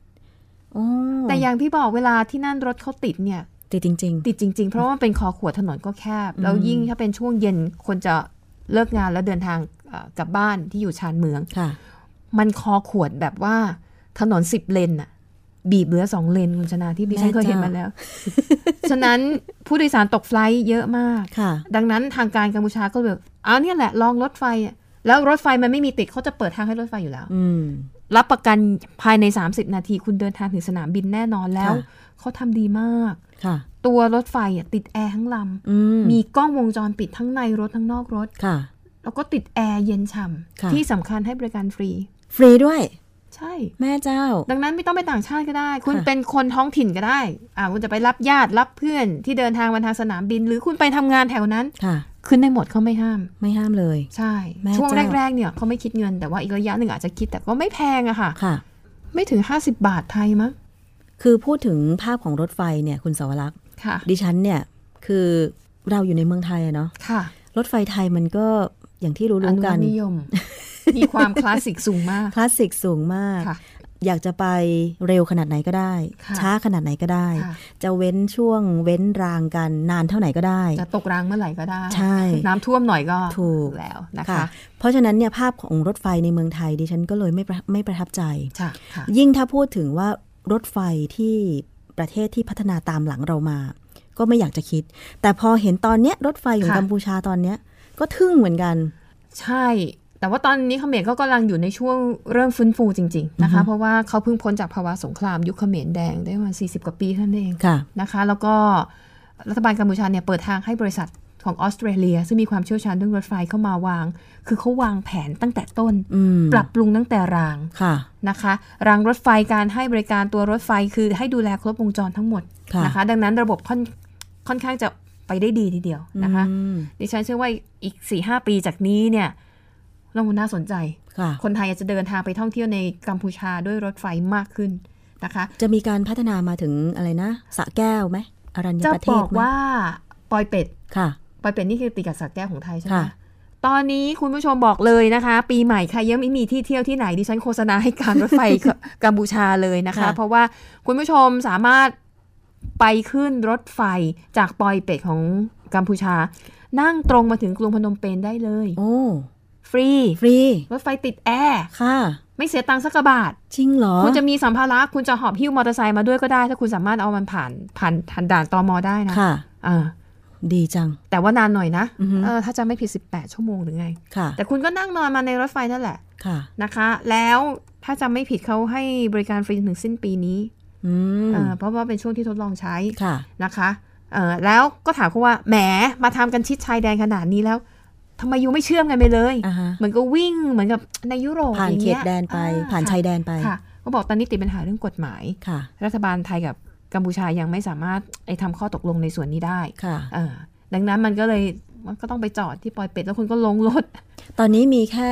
โอ้ แต่อย่างที่บอกเวลาที่นั่นรถเขาติดเนี่ย ติดจริง ติดจริง ๆ เพราะว่ามันเป็นคอขวดถนนก็แคบ แล้วยิ่งถ้าเป็นช่วงเย็นคนจะเลิกงานแล้วเดินทางเอ่อกลับบ้านที่อยู่ชานเมือง ๆ ค่ะ มันคอขวดแบบว่าถนนสิบเลนอะบีบเหลือสองเลนคุณชนะที่ดิฉัน แม่ เคยเห็น เจ้าม มาแล้ว ฉะนั้นผู้โดยสารตกไฟลท์เยอะมาก ค่ะ ดังนั้นทางการกัมพูชาก็แบบเอาเนี่ยแหละลองรถไฟอะแล้วรถไฟมันไม่มีติดเขาจะเปิดทางให้รถไฟอยู่แล้ว อืม รับประกันภายใน 30 นาที คุณเดินทางถึงสนามบินแน่นอนแล้ว ค่ะ เขาทำดีมาก ค่ะ ตัวรถไฟอะติดแอร์ทั้งลำ อืม มีกล้องวงจรปิดทั้งในรถทั้งนอกรถ ค่ะ แล้วก็ติดแอร์เย็นฉ่ ค่ะ ำที่สำคัญให้บริการฟรี ฟรีด้วย ใช่ แม่เจ้า ดังนั้นไม่ต้องไปต่างชาติก็ได้ คุณ ค่ะ เป็นคนท้องถิ่นก็ได้อ่าคุณจะไปรับญาติรับเพื่อนที่เดินทางมาทางสนามบิน หรือคุณไปทำงานแถวนั้น ค่ะ ขึ้นได้หมดเขาไม่ห้าม ไม่ห้ามเลย ใช่ แม่ ช่วง เจ้า แรก ๆ เนี่ยเขาไม่คิดเงินแต่ว่าอีกระยะหนึ่งอาจจะคิดแต่ก็ไม่แพงอะค่ะ ค่ะ ไม่ถึง 50 บาทไทยมั้ง คือพูดถึงภาพของรถไฟเนี่ยคุณสวรักษ์ ค่ะ ดิฉันเนี่ยคือเราอยู่ในเมืองไทยอะเนาะ ค่ะ รถไฟไทยมันก็อย่างที่ อ รู้ นุ ๆกั รัก น ษ์นิยม มี ความคลาสสิกสูงมาก คลาสสิกสูงมาก ค่ะ อยากจะไปเร็วขนาดไหนก็ได้ ค่ะ ช้าขนาดไหนก็ได้ ค่ะ จะเว้นช่วงเว้นรางกันนานเท่าไหนก็ได้ จะตกรางเมื่อไหร่ก็ได้ ใช่ น้ำท่วมหน่อยก็ ถูก แล้วนะ ค่ะ คะ เพราะฉะนั้นเนี่ยภาพของรถไฟในเมืองไทยดิฉันก็เลยไม่ประไม่ประทับใจ ใช่ค่ะ ยิ่งถ้าพูดถึงว่ารถไฟที่ประเทศที่พัฒนาตามหลังเรามา ก็ไม่อยากจะคิด แต่พอเห็นตอนเนี้ยรถไฟของ ค่ะ กัมพูชาตอนเนี้ย ก็ทึ่งเหมือนกัน ใช่ แต่ว่าตอนนี้เขมรก็กำลังอยู่ในช่วงเริ่มฟื้นฟูจริง ๆ นะคะ เพราะว่าเขาเพิ่งพ้นจากภาวะสงครามยุคเขมรแดงได้มา40 กว่าปีเท่านั้นเอง ค่ะ นะคะ แล้วก็รัฐบาลกัมพูชาเนี่ยเปิดทางให้บริษัทของออสเตรเลีย ซึ่งมีความเชี่ยวชาญเรื่องรถไฟเข้ามาวาง คือเขาวางแผนตั้งแต่ต้น อืม ปรับปรุงตั้งแต่ราง ค่ะ นะคะ รางรถไฟการให้บริการตัวรถไฟคือให้ดูแลครบวงจรทั้งหมด ค่ะ นะคะ ดังนั้นระบบค่อนค่อนข้างจะไปได้ดีทีเดียวนะคะ อืม ดิฉันเชื่อว่าอีกสี่ห้าปีจากนี้เนี่ยเราน่าสนใจ ค่ะ คนไทยอาจจะเดินทางไปท่องเที่ยวในกัมพูชาด้วยรถไฟมากขึ้นนะคะ จะมีการพัฒนามาถึงอะไรนะสระแก้วไหมอรัญญ จะ ประเท บ ศ อก ไหม ว่าปอยเป็ด ค่ะ ปอยเป็ดนี่คือติดกับสักแก้วของไทยใช่ไหม ค่ะ ตอนนี้คุณผู้ชมบอกเลยนะคะ ปีใหม่ใครยังไม่มีที่เที่ยวที่ไหนดิฉันโฆษณาให้การร ถไฟ กัมพูชาเลยนะคะ ค่ะ เพราะว่าคุณผู้ชมสามารถไปขึ้นรถไฟจากปอยเป็ดของกัมพูชา นั่งตรงมาถึงกรุงพนมเปญได้เลย โอ้ ฟรี ฟรี รถไฟติดแอร์ ค่ะ ไม่เสียตังค์สักกระบาท จริงเหรอ คุณจะมีสัมภาระคุณจะหอบหิ้วมอเตอร์ไซค์มาด้วยก็ได้ ถ้าคุณสามารถเอามันผ่านผ่านผ่านด่านตอมอได้นะ ค่ะ อ่า ดีจัง แต่ว่านานหน่อยนะ อือฮึ เออถ้าจะไม่ผิด 18 ชั่วโมงหรือไง ค่ะ แต่คุณก็นั่งนอนมาในรถไฟนั่นแหละ ค่ะ นะคะ แล้วถ้าจำไม่ผิดเขาให้บริการฟรีจนถึงสิ้นปีนี้ อืม เออเพราะว่าเป็นช่วงที่ทดลองใช้ ค่ะ นะคะเออแล้วก็ถามเขาว่าแหมมาทำกันชิดชายแดนขนาดนี้แล้วทำไมยูไม่เชื่อมกันไปเลย อ่าฮะ เหมือนก็วิ่งเหมือนกับในยุโรป ผ่าน อย่ง เข งี้ ต ย แดนไป อ่ ผ่าน ค่ะ ชายแดนไป ค่ะก็บอกตอนนี้ติดปัญหาเรื่องกฎหมาย ค่ะ รัฐบาลไทยกับกัมพูชายังไม่สามารถไอ้ทำข้อตกลงในส่วนนี้ได้ ค่ะ อ่าดังนั้นมันก็เลยมันก็ต้องไปจอดที่ปอยเป็ดแล้วคุณก็ลงรถ ตอนนี้มีแค่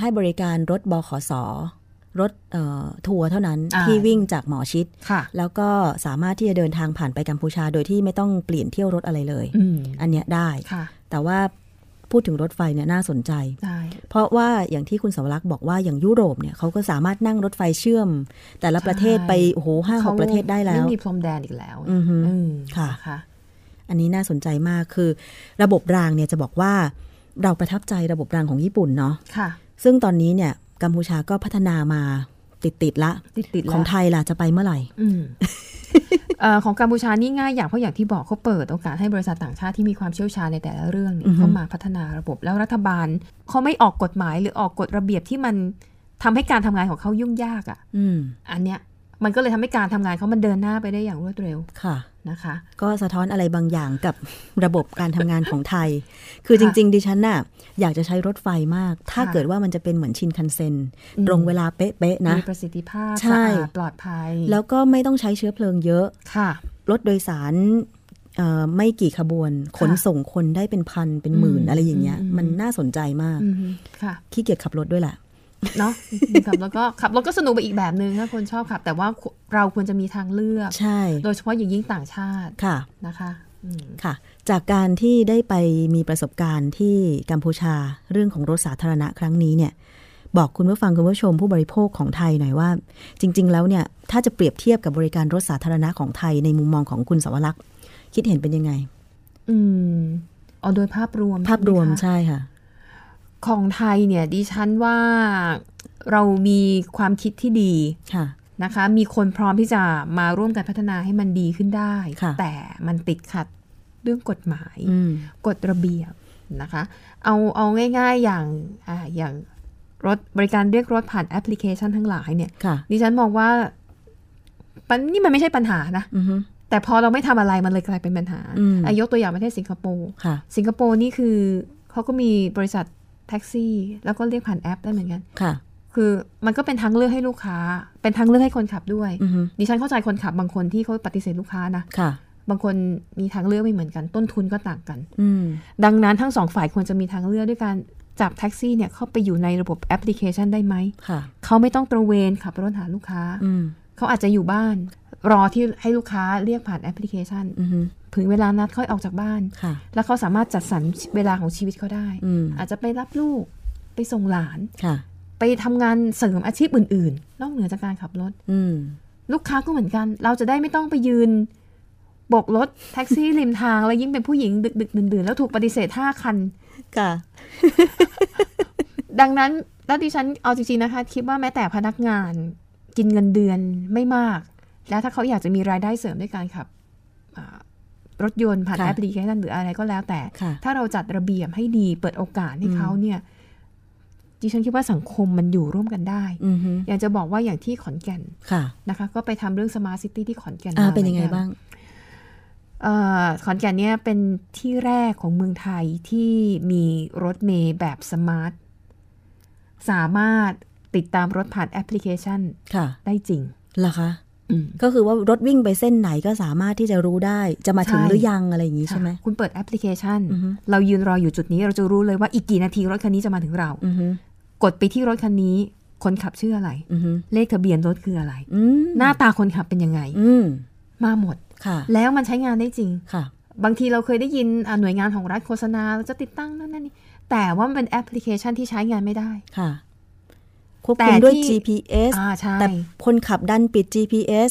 ให้บริการรถบขส รถเอ่อทัวร์เท่านั้น อ่า ที่วิ่งจากหมอชิด ค่ะ แล้วก็สามารถที่จะเดินทางผ่านไปกัมพูชา โดยที่ไม่ต้องเปลี่ยนเที่ยวรถอะไรเลย อืม อันเนี้ยได้ ค่ะ แต่ว่าพูดถึงรถไฟเนี่ยน่าสนใจ ได้ เพราะว่าอย่างที่คุณสวรักษ์บอกว่าอย่างยุโรปเนี่ยเขาก็สามารถนั่งรถไฟเชื่อม แต่ละประเทศไป ใช่ โอ้โหห้าหกประเทศได้แล้ว ไม่มีพรมแดนอีกแล้ว อือฮึ อืม ค่ะ นค่ะ อันนี้น่าสนใจมากคือ ระบบรางเนี่ยจะบอกว่า เราประทับใจระบบรางของญี่ปุ่นเนาะ ค่ะ ซึ่งตอนนี้เนี่ยกัมพูชาก็พัฒนามาติดๆละ ติดติดๆ ของ แล้ว ไทยล่ะจะไปเมื่อไหร่ อืมเอ่อของกัมพูชานี่ง่ายอย่างเพราะอย่างที่บอกเขาเปิดโอกาสให้บริษัทต่างชาติที่มีความเชี่ยวชาญในแต่ละเรื่องเนี่ย อือฮึ เข้ามาพัฒนาระบบแล้วรัฐบาลเขาไม่ออกกฎหมายหรือออกกฎระเบียบที่มันทำให้การทำงานของเขายุ่งยากอ่ะ อืม อันเนี้ยมันก็เลยทำให้การทำงานเขามันเดินหน้าไปได้อย่างรวดเร็ว ค่ะ นะคะ ก็สะท้อนอะไรบางอย่างกับ ระบบการทำงานของไทย คือจริง ๆ ดิฉันน่ะอยากจะใช้รถไฟมาก ถ้า ค่ะ เกิดว่ามันจะเป็นเหมือนชินคันเซ็น อืม ตรงเวลาเป๊ะ ๆ นะ มีประสิทธิภาพ ใช่ สะอาดปลอดภัย แล้วก็ไม่ต้องใช้เชื้อเพลิงเยอะ ค่ะ รถโดยสารเอ่อไม่กี่ขบวน ขนส่งคนได้เป็นพันเป็นหมื่น อืม อะไรอย่างเงี้ย อืม มันน่าสนใจมาก อืมค่ะ ขี้เกียจขับรถด้วยแหละ เนาะ ขับรถก็ขับรถก็สนุกไปอีกแบบนึงถ้าคนชอบขับ แต่ว่าเราควรจะมีทางเลือก ใช่ โดยเฉพาะอย่างยิ่งต่างชาติ ค่ะ นะคะอืม ค่ะ จากการที่ได้ไปมีประสบการณ์ที่กัมพูชาเรื่องของรถสาธารณะครั้งนี้เนี่ย บอกคุณผู้ฟังคุณผู้ชมผู้บริโภคของไทยหน่อยว่า จริง ๆ แล้วเนี่ย ถ้าจะเปรียบเทียบกับบริการรถสาธารณะของไทยในมุมมองของคุณสวรักษ์คิดเห็นเป็นยังไง อืมเอาโดยภาพรวม ภาพรวม ใช่ไหคะ ใช่ค่ะ ของไทยเนี่ยดิฉันว่าเรามีความคิดที่ดี ค่ะ นะคะ มีคนพร้อมที่จะมาร่วมกันพัฒนาให้มันดีขึ้นได้ ค่ะ แต่มันติดขัดเรื่องกฎหมาย อืม กฎระเบียบนะคะ เอาเอาง่ายๆอย่างอ่าอย่างรถบริการเรียกรถผ่านแอปพลิเคชันทั้งหลายเนี่ย ค่ะ ดิฉันมองว่ามันนี่มันไม่ใช่ปัญหานะ อือฮึ แต่พอเราไม่ทำอะไรมันเลยกลายเป็นปัญหา อืม ะยกตัวอย่างประเทศสิงคโปร์ ค่ะ สิงคโปร์นี่คือเขาก็มีบริษัทแท็กซี่ แล้วก็เรียกผ่านแอปได้เหมือนกัน ค่ะ คือมันก็เป็นทางเลือกให้ลูกค้า เป็นทางเลือกให้คนขับด้วย อือฮึ ดิฉันเข้าใจคนขับบางคนที่เขาปฏิเสธลูกค้านะ ค่ะ บางคนมีทางเลือกไม่เหมือนกัน ต้นทุนก็ต่างกัน อืม ดังนั้นทั้งสองฝ่ายควรจะมีทางเลือกด้วยการจับแท็กซี่เนี่ยเข้าไปอยู่ในระบบแอปพลิเคชันได้ไหม ค่ะ เขาไม่ต้องตระเวนขับรถหาลูกค้า อืม เขาอาจจะอยู่บ้าน รอที่ให้ลูกค้าเรียกผ่านแอปพลิเคชัน อือฮึ ถึงเวลานัดค่อยออกจากบ้าน ค่ะ แล้วเขาสามารถจัดสรรเวลาของชีวิตเขาได้ อืม อาจจะไปรับลูกไปส่งหลาน ค่ะ ไปทำงานเสริมอาชีพอื่นๆ นอกเหนือจากการขับรถ อืม ลูกค้าก็เหมือนกัน เราจะได้ไม่ต้องไปยืนโบกรถแท็กซี่ริมทางแล้วยิ่งเป็นผู้หญิงดึกๆดื่นๆแล้วถูกปฏิเสธห้าคัน ค่ะ ดังนั้นแล้วดิฉันเอาจริงๆนะคะ คิดว่าแม้แต่พนักงานกินเงินเดือนไม่มาก แล้วถ้าเขาอยากจะมีรายได้เสริมด้วยการขับอ่ารถยนต์ผ่าน ค่ะ แอปพลิเคชันหรืออะไรก็แล้วแต่ ค่ะ ถ้าเราจัดระเบียบให้ดีเปิดโอกาสให้ อืม เขาเนี่ยดิฉันคิดว่าสังคมมันอยู่ร่วมกันได้ อือฮึ อยากจะบอกว่าอย่างที่ขอนแก่น ค่ะ นะคะ ก็ไปทำเรื่องสมาร์ทซิตี้ที่ขอนแก่น อ่า ม เป็นยังไง หมือกั บ้าง เอ่อขอนแก่นเนี่ยเป็นที่แรกของเมืองไทยที่มีรถเมย์แบบสมาร์ท สามารถติดตามรถผ่านแอปพลิเคชัน ค่ะ ได้จริง เหรอคะ ก็คือว่ารถวิ่งไปเส้นไหนก็สามารถที่จะรู้ได้ จะมาถึง ใช่ หรือยังอะไรอย่างนี้ใช่ไหม ค่ะคุณเปิดแอปพลิเคชัน อือฮึ เรายืนรออยู่จุดนี้เราจะรู้เลยว่าอีกกี่นาทีรถคันนี้จะมาถึงเรา อือฮึ กดไปที่รถคันนี้ คนขับชื่ออะไร อือฮึ เลขทะเบียนรถคืออะไร อืม หน้าตาคนขับเป็นยังไง อืม มาหมด ค่ะ แล้วมันใช้งานได้จริง ค่ะ บางทีเราเคยได้ยินอ่าหน่วยงานของรัฐโฆษณาเราจะติดตั้งนั่นนั่นนี่แต่ว่ามันเป็นแอปพลิเคชันที่ใช้งานไม่ได้ ค่ะ ควบ แต่ คุมด้วย ที่ GPS อ่าใช่ แต่คนขับดันปิด GPS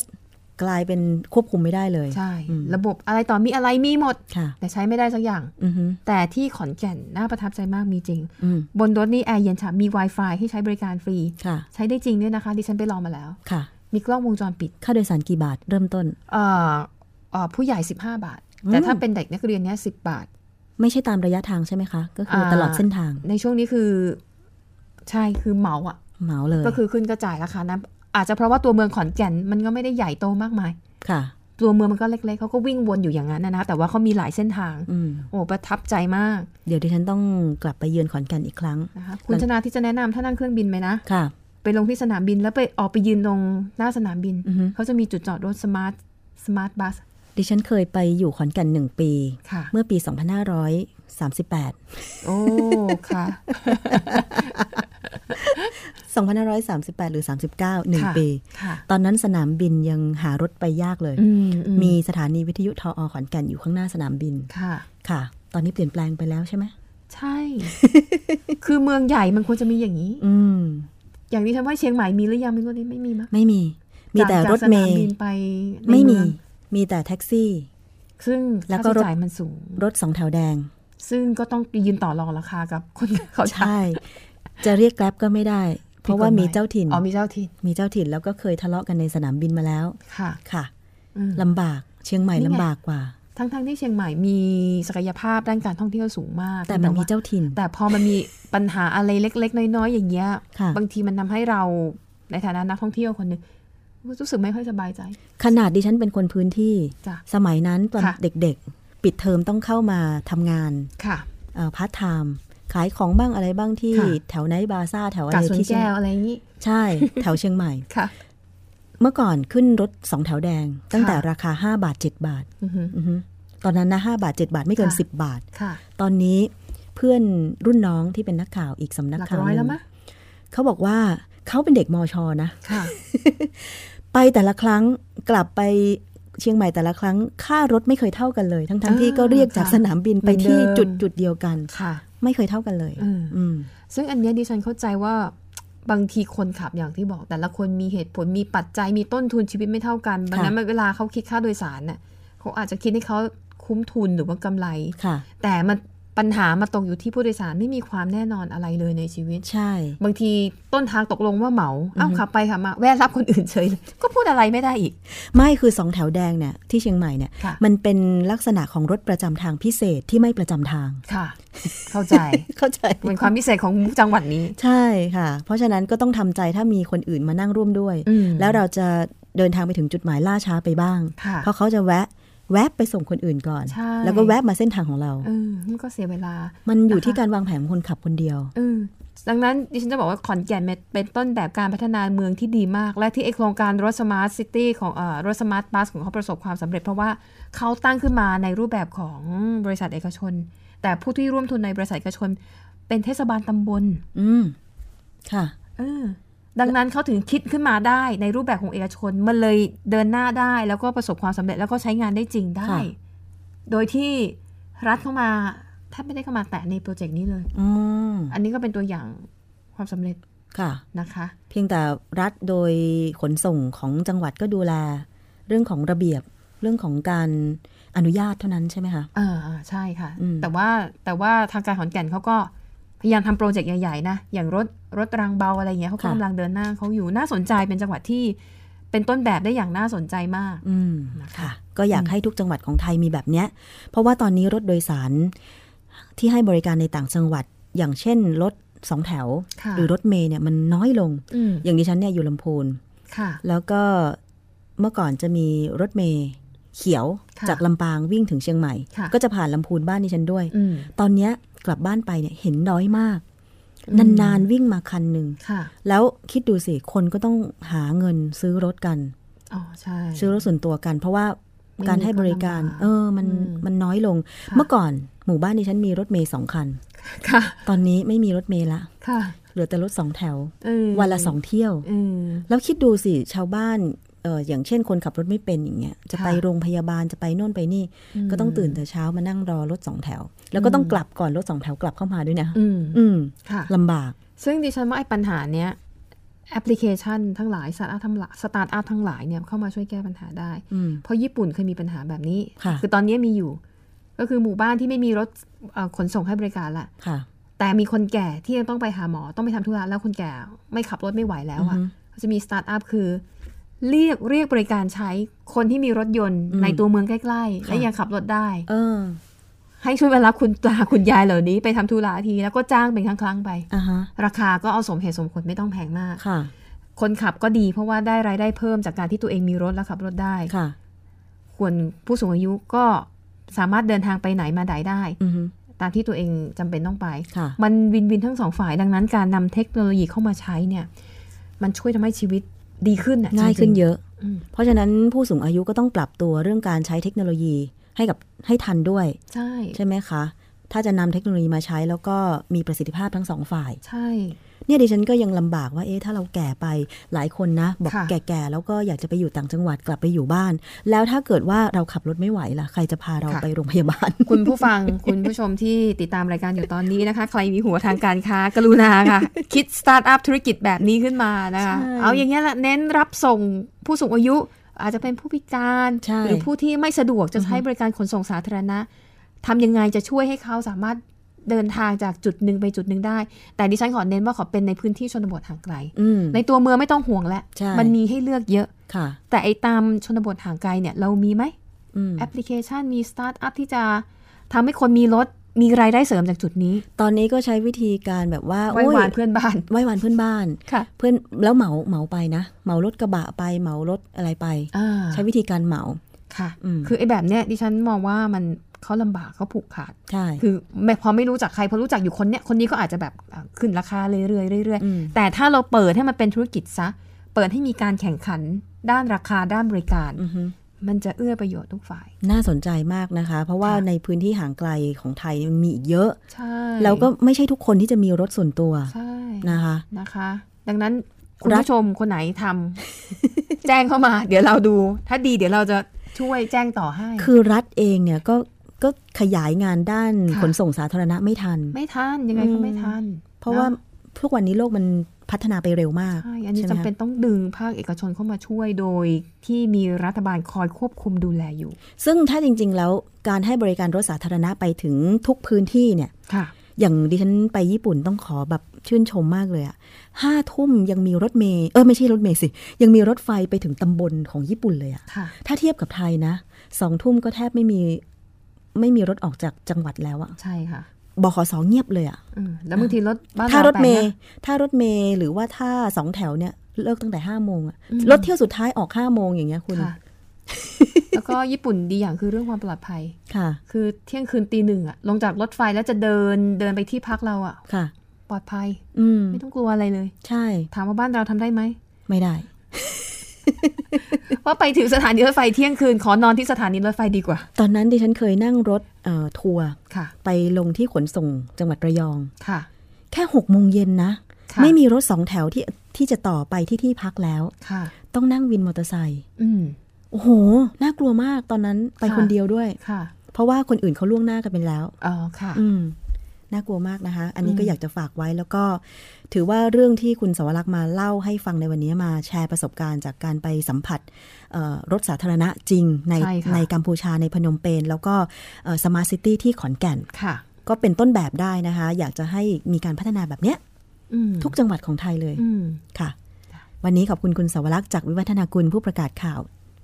กลายเป็นควบคุมไม่ได้เลย ใช่ อืม ระบบอะไรต่อมีอะไรมีหมด ค่ะ แต่ใช้ไม่ได้สักอย่าง อือฮึ แต่ที่ขอนแก่นน่าประทับใจมากมีจริง อืม บนรถนี่แอร์เย็นฉ่ำมี Wi-Fi ให้ใช้บริการฟรี ค่ะ ใช้ได้จริงด้วยนะคะ ดิฉันไปลองมาแล้ว ค่ะ มีกล้องวงจรปิด ค่าโดยสารกี่บาทเริ่มต้น เอ่อเอ่อผู้ใหญ่ 15 บาท อืม แต่ถ้าเป็นเด็กนักเรียนเนี่ย10 บาท ไม่ใช่ตามระยะทางใช่ไหมคะ ก็คืออา ตลอดเส้นทาง ในช่วงนี้คือ ใช่คือเหมาอ่ะ เหมาเลย ก็คือขึ้นก็จ่ายราคานั้นอาจจะเพราะว่าตัวเมืองขอนแก่นมันก็ไม่ได้ใหญ่โตมากมาย ค่ะ ตัวเมืองมันก็เล็กๆเขาก็วิ่งวนอยู่อย่างนั้นนะนะแต่ว่าเขามีหลายเส้นทาง อืม โอ้ประทับใจมาก เดี๋ยวดิฉันต้องกลับไปเยือนขอนแก่นอีกครั้ง นะคะคุณชนาที่จะแนะนำถ้านั่งเครื่องบินไปนะ ค่ะ ไปลงที่สนามบินแล้วไปออกไปยืนลงหน้าสนามบิน อือฮึ เขาจะมีจุดจอดรถสมาร์ทสมาร์ทบัส ดิฉันเคยไปอยู่ขอนแก่นหนึ่งปี ค่ะ เมื่อปี 2538 โอ้ ค่ะ 2538 หรือ 39หนึ่ง ค่ะ ปี ค่ะ ตอนนั้นสนามบินยังหารถไปยากเลย อืมอื มีสถานีวิทยุทออขอนแก่นอยู่ข้างหน้าสนามบิน ค่ะ ค่ะ ตอนนี้เปลี่ยนแปลงไปแล้วใช่ไหม ใช่ คือเมืองใหญ่มันควรจะมีอย่างนี้ อืม อย่างที่ฉันว่าเชียงใหม่มีหรือยังไม่รู้นี่ไม่มีมั้ย ไม่มี มีแต่ จาก รถเม จากสนา ย์ บินไปใน ไม่มี เอง มีแต่แท็กซี่ ซึ่ง แล้ว ค่า ก็รถ ใช้จ่ายมันสูง รถสองแถวแด ง ซึ่งก็ต้องยืนต่อรองราคากับคน เขาจ่าย ใช่ จะเรียกแกร็บก็ไม่ได้ เพราะว่ามีเจ้าถิ่น อ๋อมีเจ้าถิ่น มีเจ้าถิ่นแล้วก็เคยทะเลาะกันในสนามบินมาแล้ว ค่ะ ค่ะ อืม ลำบาก เชียงใหม่ นี่ไง ลำบากกว่า ทั้งทั้งๆที่เชียงใหม่มีศักยภาพด้านการท่องเที่ยวสูงมาก แต่มันมี ว่า เจ้าถิ่น แต่พอมันมีปัญหาอะไรเล็ก ๆ น้อยๆอย่างเงี้ย ค่ะ บางทีมันทำให้เราในฐานะนักท่องเที่ยวคนหนึ่งรู้สึกไม่ค่อยสบายใจ ขนาดดิฉันเป็นคนพื้นที่ จ้ะ สมัยนั้นตอน ค่ะ เด็กๆ ปิดเทอมต้องเข้ามาทำงาน ค่ะ พาร์ทไทม์ขายของบ้างอะไรบ้างที่ ค่ะ แถวไนท์บาซ่าร์แถวอะ กา ไร ดสวน ที่เชียง แก้วอะไรอย่างนี้ ใช่ แถวเชียงใหม่ ค่ะ เมื่อก่อนขึ้นรถสองแถวแดง ตั้งแต่ ค่ะ ราคา 5 บาท 7 บาท อือหือ อือฮึตอนนั้นนะ5บาท 7 บาทไม่เกิน ค่ะ 10 บาท ค่ะ ตอนนี้เพื่อนรุ่นน้องที่เป็นนักข่าวอีกสำนัก หลัก ข่าว ร้อย หนึ่ แล้ว ง มะ เขาบอกว่าเขาเป็นเด็กมอชอนะ ค่ะ ไปแต่ละครั้งกลับไปเชียงใหม่แต่ละครั้ง ค่ารถไม่เคยเท่ากันเลย ทั้งๆท อ่า ที่ก็เรียกจาก ค่ะ สนามบินไป เหมือน ที่ เดิม จุดจุดเดียวกัน ค่ะ ไม่เคยเท่ากันเลย อืม อืม ซึ่งอันเนี้ยดิฉันเข้าใจว่าบางทีคนขับอย่างที่บอก แต่ละคนมีเหตุผลมีปัจจัยมีต้นทุนชีวิตไม่เท่ากันดังนั้นเวลาเขาคิดค่าโดยสารน่ะเขาอาจจะคิดให้เขาคุ้มทุนหรือว่ากำไร ค่ะ แต่มันปัญหามาตกอยู่ที่ผู้โดยสารไม่มีความแน่นอนอะไรเลยในชีวิต ใช่ บางทีต้นทางตกลงว่าเหมาเอ้า อือฮึ ขับไปขับมา แวะรับคนอื่นเฉยเลย ก็พูดอะไรไม่ได้อีก ไม่คือสองแถวแดงเนี่ยที่เชียงใหม่เนี่ย ค่ะ มันเป็นลักษณะของรถประจำทางพิเศษที่ไม่ประจำทาง ค่ะ เข้า ใจ เข้าใจ เป็นความพิเศษของจังหวัดนี้ ใช่ค่ะ เพราะฉะนั้นก็ต้องทำใจถ้ามีคนอื่นมานั่งร่วมด้วย อืม แล้วเราจะเดินทางไปถึงจุดหมายล่าช้าไปบ้าง ค่ะ เพราะเขาจะแวะแวะไปส่งคนอื่นก่อน ใช่ แล้วก็แวะมาเส้นทางของเรา เออมันก็เสียเวลา มันอยู่ นะคะ ที่การวางแผนของคนขับคนเดียว เออดังนั้นดิฉันจะบอกว่าขอนแก่นเป็นต้นแบบการพัฒนาเมืองที่ดีมาก และที่ไอโครงการรถสมาร์ทซิตี้ของเอ่อรถสมาร์ทบัสของเขาประสบความสำเร็จ เพราะว่าเขาตั้งขึ้นมาในรูปแบบของบริษัทเอกชน แต่ผู้ที่ร่วมทุนในบริษัทเอกชน เป็นเทศบาลตำบล อืม ค่ะ เออดังนั้นเขาถึงคิดขึ้นมาได้ในรูปแบบของเอกชน มันเลยเดินหน้าได้ แล้วก็ประสบความสำเร็จแล้วก็ใช้งานได้จริงได้ ค่ะ โดยที่รัฐเข้ามาแทบไม่ได้เข้ามาแตะในโปรเจกต์นี้เลย อืม อันนี้ก็เป็นตัวอย่างความสำเร็จ ค่ะ นะคะ เพียงแต่รัฐโดยขนส่งของจังหวัดก็ดูแล เรื่องของระเบียบ เรื่องของการอนุญาตเท่านั้นใช่ไหมคะ อ่าอ่าใช่ค่ะ อืม แต่ว่าแต่ว่าทางการขอนแก่นเขาก็พยายามทำโปรเจกต์ใหญ่ๆนะ อย่างรถรถรางเบาอะไรเงี้ยเขาก็กำลังเดินหน้าเขาอยู่น่าสนใจเป็นจังหวัดที่เป็นต้นแบบได้อย่างน่าสนใจมาก อืม นะคะ ค่ะ ก็อยากให้ทุกจังหวัดของไทยมีแบบเนี้ย เพราะว่าตอนนี้รถโดยสารที่ให้บริการในต่างจังหวัด อย่างเช่นรถสองแถว ค่ะ หรือรถเมล์เนี่ยมันน้อยลง อืม อย่างดิฉันเนี่ยอยู่ลำพูน ค่ะ แล้วก็เมื่อก่อนจะมีรถเมล์เขียว ค่ะ จากลำปางวิ่งถึงเชียงใหม่ ค่ะ ก็จะผ่านลำพูนบ้านดิฉันด้วย อืม ตอนเนี้ยกลับบ้านไปเนี่ยเห็นน้อยมาก อืม นานๆวิ่งมาคันหนึ่ง ค่ะ แล้วคิดดูสิ คนก็ต้องหาเงินซื้อรถกัน อ๋อ ใช่ ซื้อรถส่วนตัวกัน เพราะว่า ไม่ การให้บริการ มีก็ลำบาก เออมัน อืม มันน้อยลง ค่ะ เมื่อก่อนหมู่บ้านดิฉันมีรถเมย์สองคัน ค่ะ ตอนนี้ไม่มีรถเมย์ละ ค่ะ เหลือแต่รถสองแถว เออ วันละสองเที่ยว เออ แล้วคิดดูสิชาวบ้านเอออย่างเช่นคนขับรถไม่เป็นอย่างเงี้ยจะ ค่ะ ไปโรงพยาบาลจะไปโน่นไปนี่ อืม ก็ต้องตื่นแต่เช้ามานั่งรอรถสองแถว แล้วก็ต้องกลับก่อนรถสองแถวกลับเข้ามาด้วยนะ อืม อืม ค่ะ ลำบาก ซึ่งดิฉันว่าไอ้ปัญหาเนี้ยแอปพลิเคชันทั้งหลายสตาร์ทอัพทั้งหลายสตาร์ทอัพทั้งหลายเนี่ยเข้ามาช่วยแก้ปัญหาได้ อืม เพราะญี่ปุ่นเคยมีปัญหาแบบนี้ ค่ะ อตอนนี้มีอยู่ ก็คือหมู่บ้านที่ไม่มีรถเอ่อขนส่งให้บริการละ ค่ะ แต่มีคนแก่ที่ยังต้องไปหาหมอต้องไปทำธุระแล้วคนแก่ไม่ขับรถไม่ไหวแล้ว อื อะ่ะ อฮึ ก็จะมีสตาร์ทอัพคือ เรียกเรียกบริการใช้คนที่มีรถยนต์ในตัวเมืองใกล้ ๆ ค่ะ และยังขับรถได้ เออ ให้ช่วยมารับคุณตาคุณยายเหล่านี้ไปทำธุระทีแล้วก็จ้างเป็นครั้งๆไป อ่ะฮะ ราคาก็เอาสมเหตุสมผลไม่ต้องแพงมาก ค่ะ คนขับก็ดีเพราะว่าได้รายได้เพิ่มจากการที่ตัวเองมีรถและขับรถได้ ค่ะ ควรผู้สูงอายุก็สามารถเดินทางไปไหนมาไหนได้ อือฮึ ตามที่ตัวเองจำเป็นต้องไป ค่ะ มันวินวินทั้งสองฝ่ายดังนั้น การนำเทคโนโลยีเข้ามาใช้เนี่ย มันช่วยทำให้ชีวิตดีขึ้นน่ะ ง่าย จริ ขึ้น ๆ เยอะ อืม เพราะฉะนั้นผู้สูงอายุก็ต้องปรับตัวเรื่องการใช้เทคโนโลยีให้กับให้ทันด้วย ใช่ ใช่ไหมคะ ถ้าจะนำเทคโนโลยีมาใช้แล้วก็มีประสิทธิภาพทั้งสองฝ่าย ใช่ เนี่ยดิฉันก็ยังลำบากว่าเอ๊ะถ้าเราแก่ไปหลายคนนะ บอก ค่ะ แก่ๆแล้วก็อยากจะไปอยู่ต่างจังหวัดกลับไปอยู่บ้าน แล้วถ้าเกิดว่าเราขับรถไม่ไหวล่ะ ใครจะพาเราไปโรงพยาบาล คุณผู้ฟัง คุณผู้ชมที่ติดตามรายการอยู่ตอนนี้นะคะ ใครมีหัวทางการค้ากรุณาค่ะ คิดสตาร์ทอัพธุรกิจแบบนี้ขึ้นมานะคะ ใช่ เอาอย่างเงี้ยละเน้นรับส่งผู้สูงอายุ อาจจะเป็นผู้พิการ ใช่ หรือผู้ที่ไม่สะดวกจะใช้บริการขนส่งสาธารณะทำยังไงจะช่วยให้เขาสามารถเดินทางจากจุดหนึ่งไปจุดหนึ่งได้ แต่ดิฉันขอเน้นว่าขอเป็นในพื้นที่ชนบทห่างไกล อืม ในตัวเมื องไม่ต้องห่วงแล้ว ใช่ มันมีให้เลือกเยอะ ค่ะ แต่ไอ้ตามชนบทห่างไกลเนี่ยเรามีไหม อืม แอปพลิเคชันมีสตาร์ทอัพที่จะทำให้คนมีรถมีรายได้เสริมจากจุดนี้ ตอนนี้ก็ใช้วิธีการแบบว่า ไว้วาน โย เพื่อนบ้าน ไหว้วานเพื่อนบ้าน ค่ะ เพื่อนแล้วเหมาเหมาไปนะ เหมารถกระบะไปเหมารถอะไรไป อ่า ใช้วิธีการเหมา ค่ะ อืม คือไอ้แบบเนี้ยดิฉันมองว่ามันเขาลำบากเขาผูกขาด ใช่ คือไม่พอไม่รู้จักใครพอรู้จักอยู่คนเนี้ยคนนี้ก็อาจจะแบบอ่าขึ้นราคาเรื่อยๆเรื่อย ม ๆแต่ถ้าเราเปิดให้มันเป็นธุรกิจซะ เปิดให้มีการแข่งขันด้านราคาด้านบริการ อือฮึ มันจะเอื้อประโยชน์ทุกฝ่าย น่าสนใจมากนะคะ เพราะว่า ค่ะ ในพื้นที่ห่างไกลของไทยมันมีอีกเยอะ ใช่ แล้วก็ไม่ใช่ทุกคนที่จะมีรถส่วนตัว ใช่ นะคะ นะคะ ดังนั้นคุณ รัฐ ผู้ชมคนไหนทำ แจ้งเข้ามา เดี๋ยวเราดู ถ้าดีเดี๋ยวเราจะช่วยแจ้งต่อให้ คือรัฐเองเนี่ยก็ก็ขยายงานด้าน ค่ะ ขนส่งสาธารณะไม่ทัน ไม่ทันยังไงก็ไม่ทัน เพราะว่า เนอ ทุกวันนี้โลกมันพัฒนาไปเร็วมาก ใช่อันนี้ ใช่ไหม จำ คะ เป็นต้องดึงภาคเอกชนเข้ามาช่วยโดยที่มีรัฐบาลคอยควบคุมดูแลอยู่ ซึ่งถ้าจริง ๆ แล้วการให้บริการรถสาธารณะไปถึงทุกพื้นที่เนี่ย ค่ะ อย่างดิฉันไปญี่ปุ่นต้องขอแบบชื่นชมมากเลยอะห้าทุ่มยังมีรถเมย์เออไม่ใช่รถเมย์สิ ยังมีรถไฟไปถึงตำบลของญี่ปุ่นเลยอะ ค่ะ ถ้าเทียบกับไทยนะสองทุ่มก็แทบไม่มี ไม่มีรถออกจากจังหวัดแล้วอะ ใช่ค่ะ บขสเงียบเลยอะ อืมแล้วบางทีรถบ้าน ถ้ารถ แปลกนะ เมย์ถ้ารถเมย์หรือว่าถ้าสองแถวเนี่ยเลิกตั้งแต่ห้าโมงอะ อืม รถเที่ยวสุดท้ายออกห้าโมงอย่างเงี้ยคุณ ค่ะ แล้วก็ญี่ปุ่นดีอย่างคือเรื่องความปลอดภัย ค่ะ คือเที่ยงคืนตีหนึ่งอะลงจากรถไฟแล้วจะเดินเดินไปที่พักเราอะ ค่ะ ปลอดภัย อืม ไม่ต้องกลัวอะไรเลย ใช่ ถามว่าบ้านเราทำได้ไหม ไม่ได้ ว่าไปถึงสถานีรถไฟเที่ยงคืน ขอนอนที่สถานีรถไฟดีกว่า ตอนนั้นดิฉันเคยนั่งรถเอ่อทัวร์ ค่ะ ไปลงที่ขนส่งจังหวัดระยอง ค่ะ แค่หกโมงเย็นนะ ค่ะ ไม่มีรถสองแถวที่ที่จะต่อไปที่ที่พักแล้ว ค่ะ ต้องนั่งวินมอเตอร์ไซค์ อืม โอ้โห น่ากลัวมากตอนนั้นไป ค่ะ คนเดียวด้วย ค่ะ เพราะว่าคนอื่นเขาล่วงหน้ากันไปแล้ว อ๋อค่ะ อืมน่ากลัวมากนะคะ อันนี้ก็ อืม อยากจะฝากไว้แล้วก็ ถือว่าเรื่องที่คุณสวรักษ์มาเล่าให้ฟังในวันนี้มาแชร์ประสบการณ์จากการไปสัมผัสเอ่อรถสาธารณะจริงใน ใช่ค่ะ ในกัมพูชาในพนมเปญแล้วก็สมาร์ทซิตี้ที่ขอนแก่น ค่ะ ก็เป็นต้นแบบได้นะคะ อยากจะให้มีการพัฒนาแบบเนี้ย อืม ทุกจังหวัดของไทยเลย อืม ค่ะ ค่ะ วันนี้ขอบคุณคุณสาวรักษ์จากวิวัฒนากุลผู้ประกาศข่าว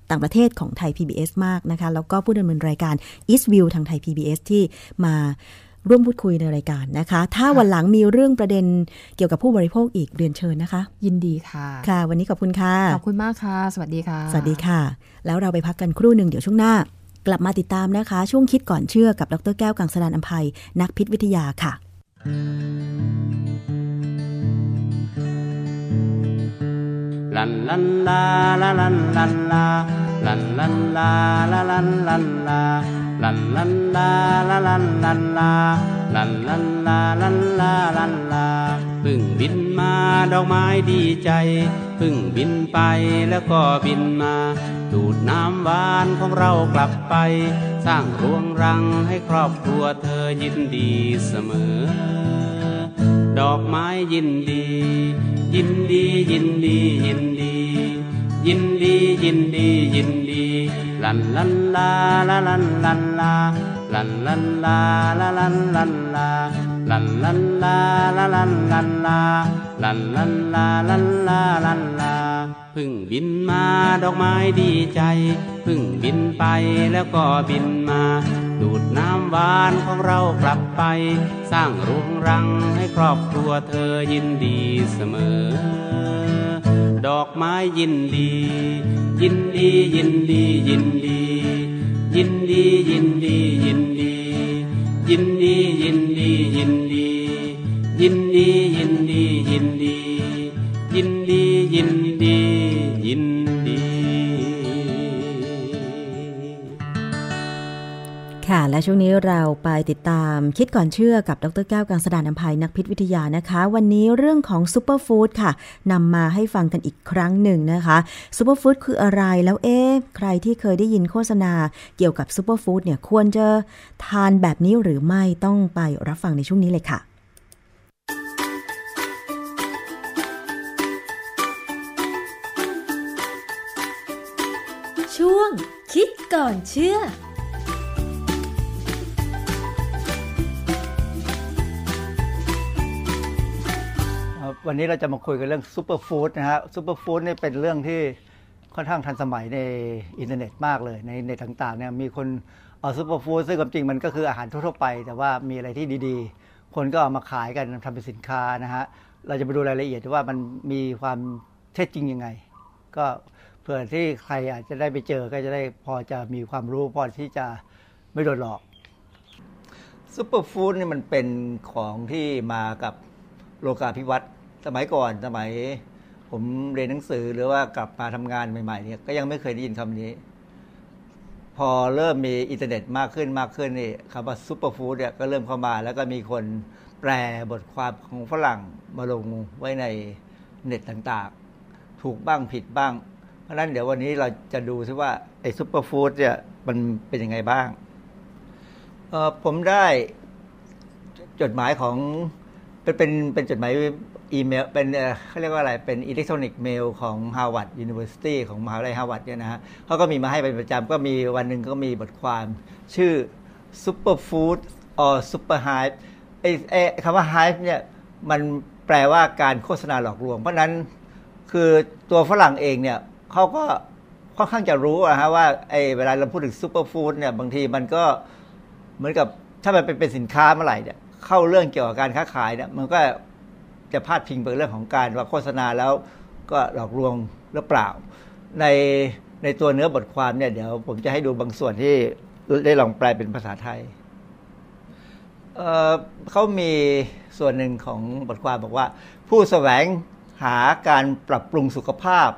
ต่างประเทศของไทย PBS มากนะคะ แล้วก็ผู้ดำเนินรายการ East View ทางไทย PBS ที่มาร่วมพูดคุยในรายการนะคะ ถ้าวันหลังมีเรื่องประเด็นเกี่ยวกับผู้บริโภคอีกเรียนเชิญนะคะ ยินดีค่ะ ค่ะ วันนี้ขอบคุณค่ะ ขอบคุณมากค่ะ สวัสดีค่ะ สวัสดีค่ะ แล้วเราไปพักกันครู่หนึ่งเดี๋ยวช่วงหน้า กลับมาติดตามนะคะ ช่วงคิดก่อนเชื่อกับดรแก้วกังสดานอภัย นักพิษวิทยาค่ะ ลันลันลาลาลันลันลาลันลันลาลาลันลันลาลันลันลาลาลันลันลาลันลันลาลันลาลันลาเพึ่งบินมาดอกไม้ดีใจเพึ่งบินไปแล้วก็บินมา ดูดน้ำหวานของเรากลับไป สร้างรวงรังให้ครอบครัวเธอยินดีเสมอ ดอกไม้ยินดี ยินดียินดียินดี ยินดียินดียินดี ลันลันลาลาลันลันลาลันลันลาลาลันลันลาลันลันลาลาลันลันลาลันลันลาลันลาลันลาเพึ่งบินมาดอกไม้ดีใจเพึ่งบินไปแล้วก็บินมา ดูดน้ำหวานของเรากลับไป สร้างรวงรังให้ครอบครัวเธอยินดีเสมอ ดอกไม้ยินดี ยินดียินดียินดี ยินดียินดียินดี ยินดียินดียินดี ยินดียินดียินดี ยินดียินดียินดี แข ค่ะ และช่วงนี้เราไปติดตามคิดก่อนเชื่อกับดรแก้วกังสดานอภัยนักพิษวิทยานะคะ วันนี้เรื่องของซูเปอร์ฟู้ดค่ะนำมาให้ฟังกันอีกครั้งหนึ่งนะคะซูเปอร์ฟู้ดคืออะไรแล้วเอ๊ะใครที่เคยได้ยินโฆษณาเกี่ยวกับซูเปอร์ฟู้ดเนี่ยควรจะทานแบบนี้หรือไม่ต้องไปรับฟังในช่วงนี้เลยค่ะ ช่วง คิดก่อนเชื่อ ครับวันนี้เราจะมาคุยกันเรื่องซูเปอร์ฟู้ดนะฮะซูเปอร์ฟู้ดนี่เป็นเรื่องที่ค่อนข้างทันสมัยในอินเทอร์เน็ตมากเลย ในเน็ตต่างๆเนี่ยมีคนเอาซูเปอร์ฟู้ดซึ่งความจริงมันก็คืออาหารทั่วๆไป แต่ว่ามีอะไรที่ดีๆ คนก็เอามาขายกันทำเป็นสินค้านะฮะเราจะไปดูรายละเอียดว่ามันมีความเท็จจริงยังไง ก็เผื่อที่ใครอาจจะได้ไปเจอก็จะได้พอจะมีความรู้พอที่จะไม่โดนหลอก ซูเปอร์ฟู้ดนี่มันเป็นของที่มากับโลกาภิวัตน์สมัยก่อนสมัย ผมเรียนหนังสือหรือว่ากลับมาทำงานใหม่ๆเนี่ยก็ยังไม่เคยได้ยินคำนี้ พอเริ่มมีอินเทอร์เน็ตมากขึ้นมากขึ้นนี่คำว่าซูเปอร์ฟู้ดเนี่ยก็เริ่มเข้ามา แล้วก็มีคนแปลบทความของฝรั่งมาลงไว้ในเน็ตต่างๆ ถูกบ้างผิดบ้าง เพราะฉะนั้นเดี๋ยววันนี้เราจะดูซิว่าไอ้ซูเปอร์ฟู้ดเนี่ยมันเป็นยังไงบ้าง เอ่อผมได้จดหมายของเป็นเป็นเป็นจดหมายอีเมลเป็นเอ่อเขาเรียกว่าอะไรเป็นอิเล็กทรอนิกส์เมลของ Harvard University ของมหาวิทยาลัยฮาร์วาร์ดเนี่ยนะฮะเขาก็มีมาให้เป็นประจำก็มีวันหนึ่งก็มีบทความ ชื่อ Superfood or Superhype ไอ้ไอ้คำว่า hype เนี่ยมันแปลว่าการโฆษณาหลอกลวง เพราะฉะนั้นคือตัวฝรั่งเองเนี่ยเขาก็ค่อนข้างจะรู้อะฮะว่าไอ้เวลาเราพูดถึงซูเปอร์ฟู้ดเนี่ยบางทีมันก็ เหมือนกับถ้ามันเป็นเป็นสินค้าเมื่อไหร่เนี่ยเข้าเรื่องเกี่ยวกับการค้าขายเนี่ยมันก็จะพาดพิงไปเรื่องของการว่าโฆษณาแล้วก็หลอกลวงหรือเปล่า ในในตัวเนื้อบทความเนี่ยเดี๋ยวผมจะให้ดูบางส่วนที่ได้ลองแปลเป็นภาษาไทยเอ่อเขามีส่วนหนึ่งของบทความบอกว่า ผู้แสวงหาการปรับปรุงสุขภาพ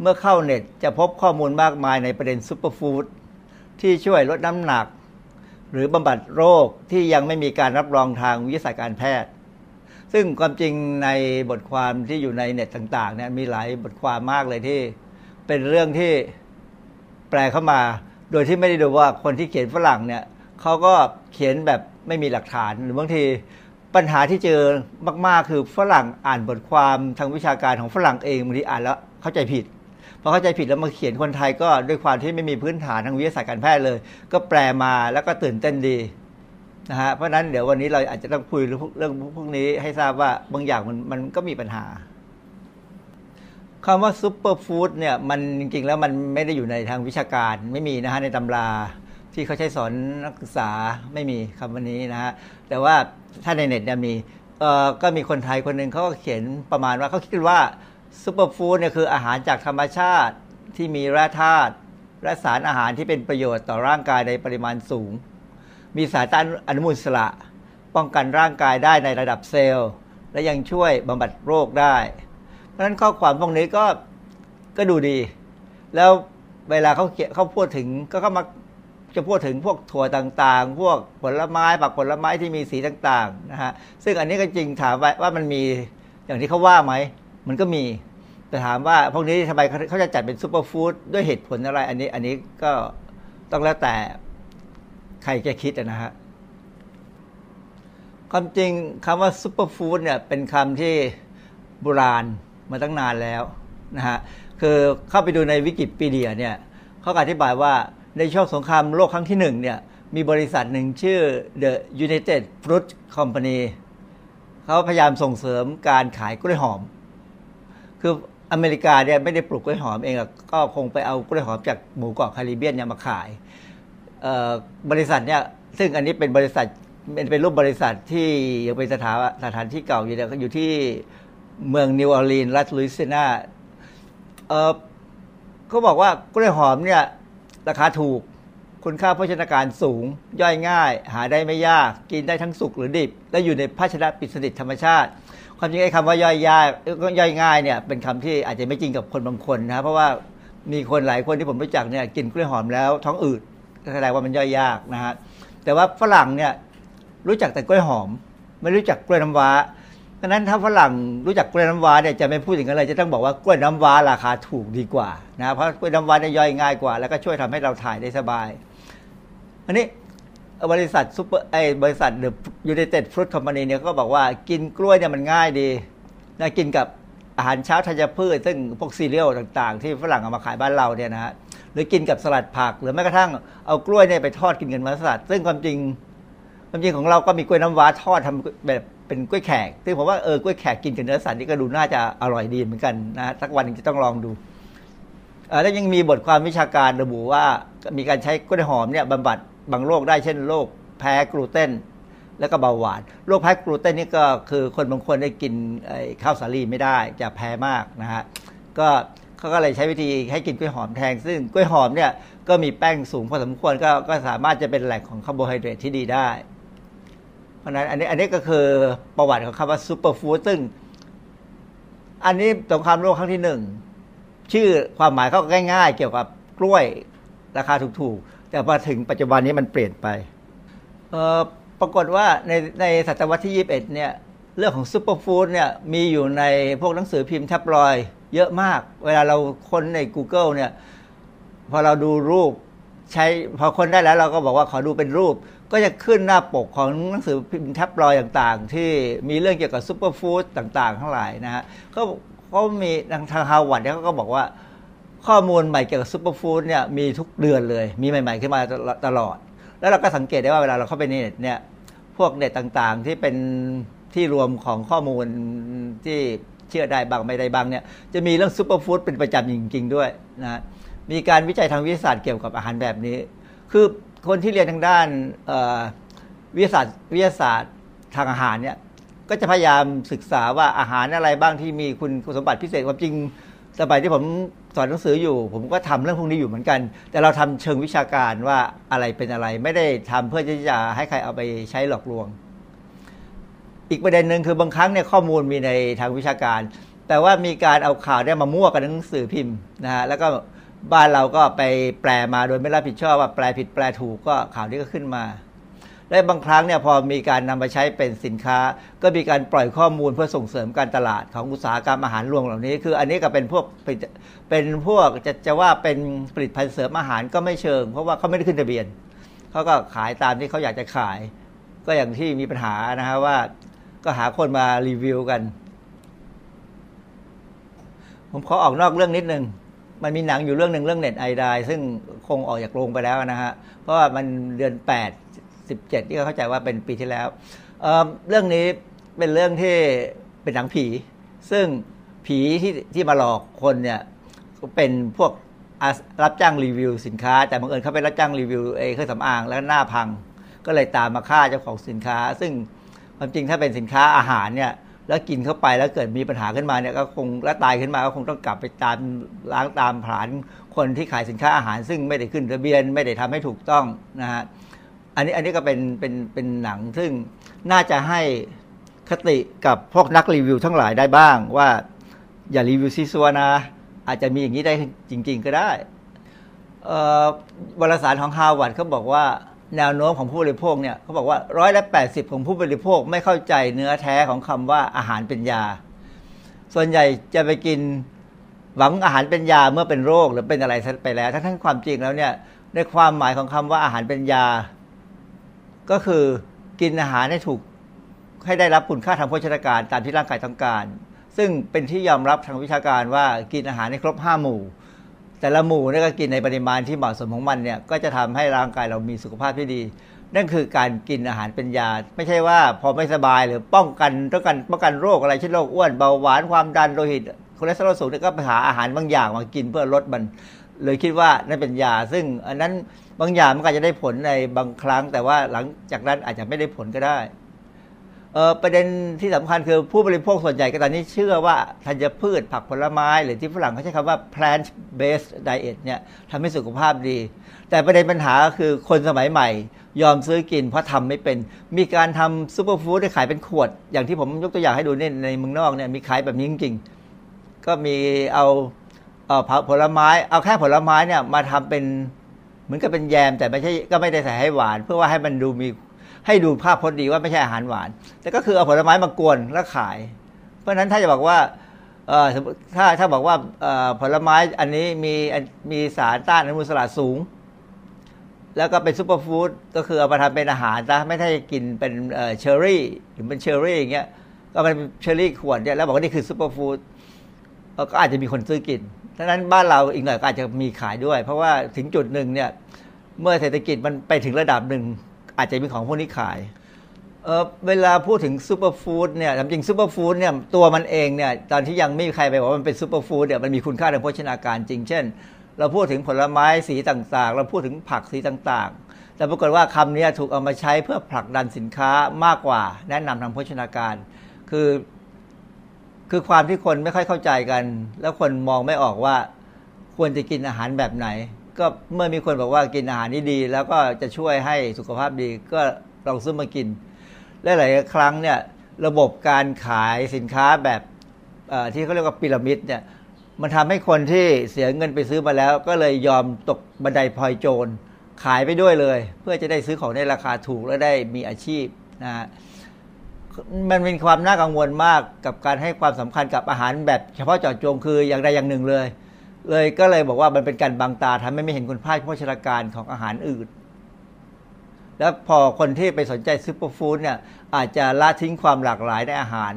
เมื่อเข้าเน็ตจะพบข้อมูลมากมายในประเด็นซูเปอร์ฟู้ดที่ช่วยลดน้ำหนัก หรือบำบัดโรคที่ยังไม่มีการรับรองทางวิทยาศาสตร์การแพทย์ ซึ่งความจริงในบทความที่อยู่ในเน็ตต่างๆเนี่ยมีหลายบทความมากเลยที่ เป็นเรื่องที่แปลเข้ามา โดยที่ไม่ได้ดูว่าคนที่เขียนฝรั่งเนี่ยเขาก็เขียนแบบไม่มีหลักฐานหรือบางทีปัญหาที่เจอมากๆ คือฝรั่งอ่านบทความทางวิชาการของฝรั่งเองบางทีอ่านแล้วเข้าใจผิด พอเข้าใจผิดแล้วมาเขียนคนไทยก็ด้วยความที่ไม่มีพื้นฐานทางวิทยาศาสตร์การแพทย์เลย ก็แปลมาแล้วก็ตื่นเต้นดีนะฮะเพราะฉะนั้นเดี๋ยววันนี้เราอาจจะต้องคุยเรื่องพวกนี้ให้ทราบว่าบางอย่างมันมันก็มีปัญหาคำว่าซูเปอร์ฟู้ดเนี่ยมันจริง ๆ แล้วมันไม่ได้อยู่ในทางวิชาการไม่มีนะฮะในตำราที่เขาใช้สอนนักศึกษาไม่มีคำวันนี้นะฮะแต่ว่าถ้าในเน็ตเนี่ยมีเอ่อก็มีคนไทยคนหนึ่งเขาก็เขียนประมาณว่าเขาคิดว่า ซูเปอร์ฟู้ดเนี่ยคืออาหารจากธรรมชาติที่มีแร่ธาตุและสารอาหารที่เป็นประโยชน์ต่อร่างกายในปริมาณสูง มีสารต้านอนุมูลอิสระ ป้องกันร่างกายได้ในระดับเซลล์ และยังช่วยบำบัดโรคได้ เพราะฉะนั้นข้อความพวกนี้ก็ก็ดูดี แล้วเวลาเขาเขียนเขาพูดถึงก็ก็มาจะพูดถึงพวกถั่วต่างๆ พวกผลไม้ผักผลไม้ที่มีสีต่างๆนะฮะซึ่งอันนี้ก็จริงถามว่าว่ามันมีอย่างที่เขาว่าไหม มันก็มี แต่ถามว่าพวกนี้ทำไมเขาเขาจะจัดเป็นซูเปอร์ฟู้ดด้วยเหตุผลอะไร อันนี้อันนี้ก็ต้องแล้วแต่ใครจะคิดอะนะฮะ ความจริงคำว่าซูเปอร์ฟู้ดเนี่ยเป็นคำที่โบราณมาตั้งนานแล้วนะฮะ คือเข้าไปดูในวิกิพีเดียเนี่ยเขาก็อธิบายว่าในช่วงสงครามโลกครั้งที่หนึ่งเนี่ยมีบริษัทหนึ่งชื่อ The United Fruit Company เขาพยายามส่งเสริมการขายกล้วยหอม คืออเมริกาเนี่ยไม่ได้ปลูกกล้วยหอมเองหรอกก็คงไปเอากล้วยหอมจากหมู่เกาะแคริบเบียนเนี่ยมาขายเอ่อบริษัทเนี่ยซึ่งอันนี้เป็นบริษัทเป็นเป็นรูปบริษัทที่ยังเป็นสถาสถานที่เก่าอยู่เนี่ยอยู่ที่เมืองนิวออร์ลีนส์รัฐลุยเซียนาเอ่อเขาบอกว่ากล้วยหอมเนี่ยราคาถูกคุณค่าโภชนาการสูง ย่อยง่าย หาได้ไม่ยากกินได้ทั้งสุกหรือดิบ และอยู่ในภาชนะปิดสนิทธรรมชาติ ความจริงไอ้คำว่าย่อยยากเอ่อย่อยง่ายเนี่ยเป็นคำที่อาจจะไม่จริงกับคนบางคนนะเพราะว่ามีคนหลายคนที่ผมรู้จักเนี่ยกินกล้วยหอมแล้วท้องอืดก็แสดงว่ามันย่อยยากนะฮะ แต่ว่าฝรั่งเนี่ยรู้จักแต่กล้วยหอม ไม่รู้จักกล้วยน้ำว้าดังนั้นถ้าฝรั่งรู้จักกล้วยน้ำว้าเนี่ยจะไม่พูดถึงอะไรจะต้องบอกว่ากล้วยน้ำว้าราคาถูกดีกว่านะเพราะกล้วยน้ำว้าเนี่ยย่อยง่ายกว่า แล้วก็ช่วยทำให้เราถ่ายได้สบาย อันนี้บริษัทซูเปอร์ไอ้บริษัทเดอะยูไนเต็ดฟรุตคอมพานีเนี่ยก็บอกว่ากินกล้วยเนี่ยมันง่ายดีนะกินกับอาหารเช้าธัญพืช ซึ่งพวกซีเรียลต่างๆ ที่ฝรั่งเอามาขายบ้านเราเนี่ยนะฮะหรือกินกับสลัดผัก หรือแม้กระทั่งเอากล้วยเนี่ยไปทอดกินกันมาสลัด ซึ่งความจริง ความจริงของเราก็มีกล้วยน้ำว้าทอดทำแบบเป็นกล้วยแขก ซึ่งผมว่าเออกล้วยแขกกินกับเนื้อสัตว์นี่ก็ดูน่าจะอร่อยดีเหมือนกันนะสักวันหนึงจะต้องลองดูเอ่อแล้วยังมีบทความวิชาการระบุว่ามีการใช้กล้วยหอมเนี่ยบำบัดบางโรคได้เช่นโรคแพ้กลูเตน แล้วก็เบาหวานโรคแพ้กลูเตนนี่ก็คือคนบางคนได้กินไอ้ข้าวสาลีไม่ได้จะแพ้มากนะฮะก็เขาก็เลยใช้วิธีให้กินกล้วยหอมแทนซึ่งกล้วยหอมเนี่ยก็มีแป้งสูงพอสมควรก็ก็สามารถจะเป็นแหล่งของคาร์โบไฮเดรตที่ดีได้ เพราะฉะนั้นอันนี้อันนี้ก็คือประวัติของคำว่าซูเปอร์ฟู้ดซึ่ง อันนี้สงครามโลกครั้งที่หนึ่ง ชื่อความหมายเขาก็ง่ายๆ เกี่ยวกับกล้วยราคาถูกๆ แต่พอถึงปัจจุบันนี้มันเปลี่ยนไปเอ่อปรากฏว่าในในศตวรรษที่ 21 เนี่ย เรื่องของซูเปอร์ฟู้ดเนี่ยมีอยู่ในพวกหนังสือพิมพ์แทับลอยด์เยอะมาก เวลาเราค้นใน Google เนี่ย พอเราดูรูปใช้พอคนได้แล้วเราก็บอกว่าขอดูเป็นรูป ก็จะขึ้นหน้าปกของหนังสือพิมพ์แท็บลอยด์ต่างๆ ที่มีเรื่องเกี่ยวกับซูเปอร์ฟู้ดต่างๆ ทั้งหลายนะฮะเขาเขามีทางทางฮาวาดเนี่ยเขาก็บอกว่าข้อมูลใหม่เกี่ยวกับซูเปอร์ฟู้ดเนี่ยมีทุกเดือนเลย มีใหม่ๆขึ้นมาตลอด แล้วเราก็สังเกตได้ว่าเวลาเราเข้าไปในเน็ตเนี่ยพวกเน็ตต่างๆ ที่เป็นที่รวมของข้อมูลที่เชื่อได้บางไม่ได้บางเนี่ยจะมีเรื่องซูเปอร์ฟู้ดเป็นประจำจริงๆด้วยนะฮะ มีการวิจัยทางวิทยาศาสตร์เกี่ยวกับอาหารแบบนี้ คือคนที่เรียนทางด้านเอ่อวิทยาศาสตร์วิทยาศาสตร์ทางอาหารเนี่ย ก็จะพยายามศึกษาว่าอาหารอะไรบ้างที่มีคุณคุณสมบัติพิเศษความจริงสมัยที่ผมสอนหนังสืออยู่ ผมก็ทำเรื่องพวกนี้อยู่เหมือนกัน แต่เราทำเชิงวิชาการว่าอะไรเป็นอะไร ไม่ได้ทำเพื่อที่จะให้ใครเอาไปใช้หลอกลวง อีกประเด็นหนึ่งคือบางครั้งเนี่ยข้อมูลมีในทางวิชาการ แต่ว่ามีการเอาข่าวได้มามั่วกันในหนังสือพิมพ์นะฮะแล้วก็บ้านเราก็ไปแปลมาโดยไม่รับผิดชอบว่าแปลผิดแปลถูกก็ข่าวนี้ก็ขึ้นมา และบางครั้งเนี่ยพอมีการนำมาใช้เป็นสินค้า ก็มีการปล่อยข้อมูลเพื่อส่งเสริมการตลาดของอุตสาหกรรมอาหารรวมเหล่านี้ คืออันนี้ก็เป็นพวกเป็นเป็นพวกจะจะว่าเป็นผลิตภัณฑ์เสริมอาหารก็ไม่เชิง เพราะว่าเขาไม่ได้ขึ้นทะเบียน เขาก็ขายตามที่เขาอยากจะขาย ก็อย่างที่มีปัญหานะฮะว่าก็หาคนมารีวิวกัน ผมขอออกนอกเรื่องนิดนึง มันมีหนังอยู่เรื่องหนึ่งเรื่องเน็ตไอดซึ่งคงออกจากโรงไปแล้วนะฮะ เพราะว่ามันเดือน 8 17ที่เข้าใจว่าเป็นปีที่แล้วเอ่อเรื่องนี้เป็นเรื่องที่เป็นหนังผี ซึ่งผีที่ที่มาหลอกคนเนี่ยก็เป็นพวกอาสรับจ้างรีวิวสินค้า แต่บังเอิญเขาไปรับจ้างรีวิวไอ้เครื่องสำอางแล้วหน้าพัง ก็เลยตามมาฆ่าเจ้าของสินค้า ซึ่ง ความจริงถ้าเป็นสินค้าอาหารเนี่ย แล้วกินเข้าไปแล้วเกิดมีปัญหาขึ้นมาเนี่ยก็คงแล้วตายขึ้นมาก็คงต้องกลับไปตามล้างตามผลาญคนที่ขายสินค้าอาหาร ซึ่งไม่ได้ขึ้นทะเบียนไม่ได้ทำให้ถูกต้องนะฮะอันนี้อันนี้ก็เป็นเป็นเป็นหนังซึ่งน่าจะให้คติกับพวกนักรีวิวทั้งหลายได้บ้างว่าอย่ารีวิวซีซัวนะอาจจะมีอย่างนี้ได้จริง ๆ ก็ได้ เอ่อบรสารของฮาวาดเขาบอกว่าแนวโน้มของผู้บริโภคเนี่ยเขาบอกว่าร้อยละแปดสิบของผู้บริโภคไม่เข้าใจเนื้อแท้ของคำว่าอาหารเป็นยา ส่วนใหญ่จะไปกินหวังอาหารเป็นยาเมื่อเป็นโรคหรือเป็นอะไรซะไปแล้วทั้งทั้งๆความจริงแล้วเนี่ยในความหมายของคำว่าอาหารเป็นยา ก็คือกินอาหารให้ถูกให้ได้รับคุณค่าทางโภชนาการตามที่ร่างกายต้องการ ซึ่งเป็นที่ยอมรับทางวิชาการว่ากินอาหารให้ครบห้าหมู่ แต่ละหมู่เนี่ยก็กินในปริมาณที่เหมาะสมของมันเนี่ยก็จะทำให้ร่างกายเรามีสุขภาพที่ดี นั่นคือการกินอาหารเป็นยา ไม่ใช่ว่าพอไม่สบายหรือป้องกันต้องกันป้องกันโรคอะไรเช่นโรคอ้วนเบาหวานความดันโลหิตคอเลสเตอรอลสูงเนี่ยก็ไปหาอาหารบางอย่างมากินเพื่อลดมัน เลยคิดว่านั่นเป็นยา ซึ่งอันนั้นบางอย่างมันก็อาจจะได้ผลในบางครั้ง แต่ว่าหลังจากนั้นอาจจะไม่ได้ผลก็ได้ เอ่อประเด็นที่สำคัญคือผู้บริโภคส่วนใหญ่ก็ตอนนี้เชื่อว่าธัญพืชผักผลไม้ หรือที่ฝรั่งเขาใช้คำว่า plant based diet เนี่ยทำให้สุขภาพดี แต่ประเด็นปัญหาก็คือคนสมัยใหม่ ยอมซื้อกินเพราะทำไม่เป็น มีการทำซูเปอร์ฟู้ดให้ขายเป็นขวด อย่างที่ผมยกตัวอย่างให้ดูเนี่ยในเมืองนอกเนี่ยมีขายแบบนี้จริงๆ ก็มีเอาเอาผักผลไม้ เอาแค่ผลไม้เนี่ยมาทำเป็น เหมือนกับเป็นแยมแต่ไม่ใช่ก็ไม่ได้ใส่ให้หวาน เพื่อว่าให้มันดูมีให้ดูภาพพจน์ดีว่าไม่ใช่อาหารหวาน แต่ก็คือเอาผลไม้มากวนแล้วขาย เพราะฉะนั้นถ้าจะบอกว่าเอ่อสมมุติถ้าถ้าบอกว่าเอ่อผลไม้อันนี้มีมีสารต้านอนุมูลอิสระสูง แล้วก็เป็นซูเปอร์ฟู้ดก็คือเอามาทำเป็นอาหารนะไม่ได้กินเป็นเอ่อเชอร์รี่หรือเป็นเชอร์รี่อย่างเงี้ยก็เป็นเชอร์รี่ขวดเนี่ยแล้วบอกว่านี่คือซูเปอร์ฟู้ดเอ่อก็อาจจะมีคนซื้อกินดังนั้นบ้านเราอีกหน่อยก็อาจจะมีขายด้วย เพราะว่าถึงจุดหนึ่งเนี่ยเมื่อเศรษฐกิจมันไปถึงระดับหนึ่ง อาจจะมีของพวกนี้ขาย เออเวลาพูดถึงซูเปอร์ฟู้ดเนี่ยจริงๆซูเปอร์ฟู้ดเนี่ยตัวมันเองเนี่ยตอนที่ยังไม่มีใครไปบอกว่ามันเป็นซูเปอร์ฟู้ดเนี่ยมันมีคุณค่าทางโภชนาการจริง เช่น เราพูดถึงผลไม้สีต่างๆ เราพูดถึงผักสีต่างๆ แต่ปรากฏว่าคำเนี้ยถูกเอามาใช้เพื่อผลักดันสินค้ามากกว่า แนะนำทางโภชนาการ คือ คือความที่คนไม่ค่อยเข้าใจกัน แล้วคนมองไม่ออกว่า ควรจะกินอาหารแบบไหน ก็เมื่อมีคนบอกว่ากินอาหารนี่ดี แล้วก็จะช่วยให้สุขภาพดีก็ลองซื้อมากิน และหลายครั้งเนี่ยระบบการขายสินค้าแบบเอ่อที่เขาเรียกว่าพีระมิดเนี่ยมันทำให้คนที่เสียเงินไปซื้อมาแล้ว ก็เลยยอมตกบันไดพลอยโจรขายไปด้วยเลย เพื่อจะได้ซื้อของในราคาถูกและได้มีอาชีพนะฮะมันเป็นความน่ากังวลมากกับการให้ความสำคัญกับอาหารแบบเฉพาะเจาะจงคืออย่างใดอย่างหนึ่งเลย เลยก็เลยบอกว่ามันเป็นการบังตาทำให้ไม่เห็นคุณค่าโภชนาการของอาหารอื่น แล้วพอคนที่ไปสนใจซูเปอร์ฟู้ดเนี่ยอาจจะละทิ้งความหลากหลายในอาหาร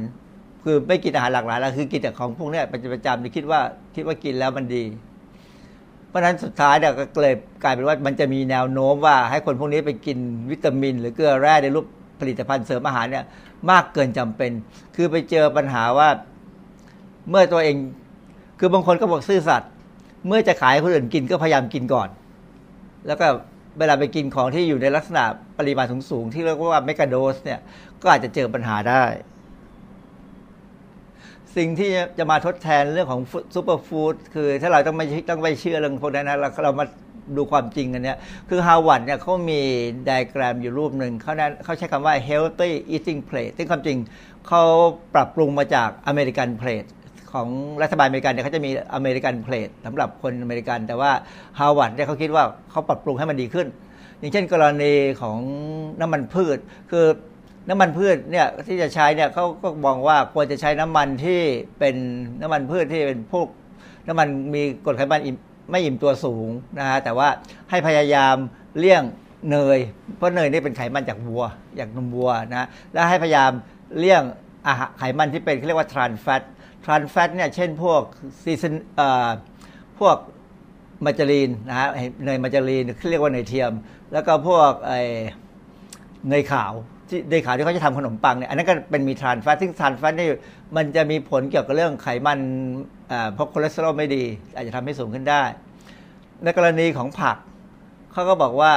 คือไม่กินอาหารหลากหลายแล้วคือกินแต่ของพวกเนี้ยเป็นประจำหรือคิดว่าคิดว่ากินแล้วมันดี เพราะฉะนั้นสุดท้ายเนี่ยก็เลยกลายเป็นว่ามันจะมีแนวโน้มว่าให้คนพวกนี้ไปกินวิตามิน หรือเกลือแร่ในรูปผลิตภัณฑ์เสริมอาหารเนี่ยมากเกินจำเป็น คือไปเจอปัญหาว่าเมื่อตัวเอง คือบางคนก็บอกซื่อสัตย์เมื่อจะขายให้คนอื่นกินก็พยายามกินก่อน แล้วก็เวลาไปกินของที่อยู่ในลักษณะปริมาณสูงๆที่เรียกว่าเมกะโดสเนี่ย ก็อาจจะเจอปัญหาได้ สิ่งที่จะมาทดแทนเรื่องของซูเปอร์ฟู้ดคือถ้าเราต้องไม่ต้องไม่เชื่อเรื่องพวกนั้นนะเราเรามาดูความจริงกันเนี่ย คือฮาวาดเนี่ยเขามีไดแกรมอยู่รูปหนึ่งเขานั้นเขาใช้คำว่า healthy eating plate ซึ่งความจริงเขาปรับปรุงมาจากอเมริกันเพลท ของรัฐบาลอเมริกันเนี่ยเขาจะมีอเมริกันเพลทสำหรับคนอเมริกัน แต่ว่าฮาวาดเนี่ยเขาคิดว่าเขาปรับปรุงให้มันดีขึ้น อย่างเช่นกรณีของน้ำมันพืช คือน้ำมันพืชเนี่ยที่จะใช้เนี่ยเขาก็มองว่าควรจะใช้น้ำมันที่เป็นน้ำมันพืชที่เป็นพวก น้ำมันมีกรดไขมันอิ่มไม่อิ่มตัวสูงนะฮะแต่ว่าให้พยายามเลี่ยงเนย เพราะเนยนี่เป็นไขมันจากวัวจากนมวัวนะแล้วให้พยายามเลี่ยงอาหารไขมันที่เป็นเขาเรียกว่าทรานแฟตทรานแฟตเนี่ยเช่นพวกซีซันเอ่อพวกมาจารีนนะฮะเห็นเนยมาจารีนเขาเรียกว่าเนยเทียม แล้วก็พวกไอ เนยขาวที่เนยขาวที่เขาจะทำขนมปังเนี่ยอันนั้นก็เป็นมีทรานแฟตซึ่งทรานแฟตนี่มันจะมีผลเกี่ยวกับเรื่องไขมันเอ่อเพราะคอเลสเตอรอลไม่ดี อาจจะทำให้สูงขึ้นได้ ในกรณีของผัก เขาก็บอกว่า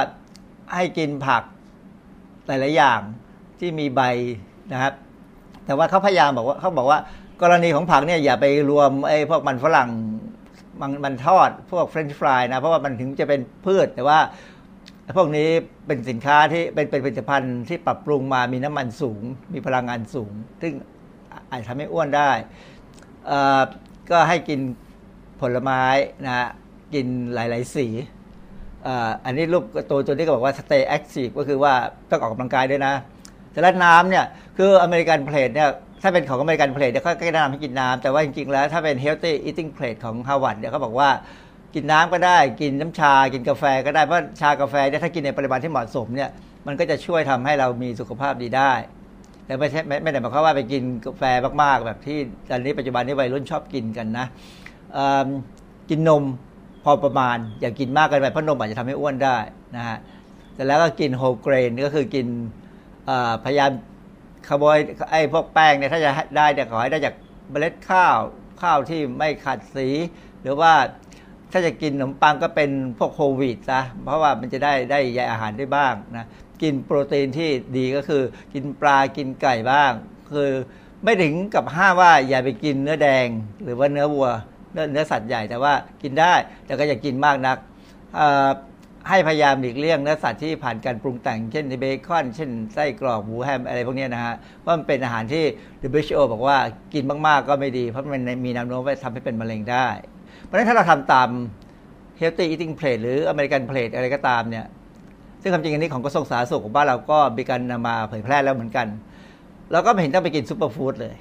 ให้กินผักหลาย ๆ อย่างที่มีใบนะครับ แต่ว่าเขาพยายามบอกว่าเขาบอกว่ากรณีของผักเนี่ยอย่าไปรวมไอ้พวกมันฝรั่งมันมันทอดพวกเฟรนช์ฟรายนะ เพราะว่ามันถึงจะเป็นพืชแต่ว่า พวกนี้เป็นสินค้าที่เป็นเป็นผลิตภัณฑ์ที่ปรับปรุงมามีน้ำมันสูง มีพลังงานสูง ซึ่งอาอาจจะทำให้อ้วนได้เอ่อก็ให้กินผลไม้นะฮะกินหลาย ๆ สีเอ่ออันนี้รูปตัวตัวนี้ก็บอกว่า stay active ก็คือว่าต้องออกกำลังกายด้วยนะ แต่ละน้ำเนี่ยคืออเมริกันเพลทเนี่ยถ้าเป็นของอเมริกันเพลทเนี่ยเขาก็แนะนำให้กินน้ำแต่ว่าจริง ๆ แล้วถ้าเป็น healthy eating plate ของฮาวาดเนี่ยเขาบอกว่า กินน้ำก็ได้กินน้ำชา กินกาแฟก็ได้ เพราะชากาแฟเนี่ยถ้ากินในปริมาณที่เหมาะสมเนี่ยมันก็จะช่วยทำให้เรามีสุขภาพดีได้ แต่ไม่ใช่ไม่ไม่ได้หมายความว่าไปกินกาแฟมาก ๆ แบบที่ตอนนี้ปัจจุบันนี้วัยรุ่นชอบกินกันนะเอิ่มกินนมพอประมาณ อย่ากินมากเกินไปเพราะนมอาจจะทำให้อ้วนได้นะฮะแต่แล้วก็กินโฮเกรนก็คือกินเอ่อพยายาม คาร์โบไฮไอ้พวกแป้งเนี่ยถ้าจะได้เนี่ยขอให้ได้จากเมล็ดข้าวข้าวที่ไม่ขัดสี หรือว่าถ้าจะกินขนมปังก็เป็นพวกโฮลวีตซะเพราะว่ามันจะได้ได้ใยอาหารได้บ้างนะกินโปรตีนที่ดีก็คือกินปลากินไก่บ้าง คือไม่ถึงกับห้ามว่าอย่าไปกินเนื้อแดง หรือว่าเนื้อวัวเนื้อเนื้อสัตว์ใหญ่แต่ว่ากินได้แต่ก็อย่ากินมากนักเอ่อ ให้พยายามหลีกเลี่ยงเนื้อสัตว์ที่ผ่านการปรุงแต่ง เช่นเบคอน เช่นไส้กรอกหมูแฮมอะไรพวกเนี้ยนะฮะว่าะมันเป็นอาหารที่ WHO บอกว่ากินมาก ๆ ก็ไม่ดี เพราะมันมีแนวโน้มว่าทำให้เป็นมะเร็งได้ เพราะฉะนั้นถ้าเราทำตาม healthy eating plate หรือ American plate อะไรก็ตามเนี่ย ซึ่งความจริงอันนี้ของกระทรวงสาธารณสุขของบ้านเราก็มีการนำมาเผยแพร่แล้วเหมือนกัน เราก็ไม่เห็นต้องไปกินซูเปอร์ฟู้ดเลย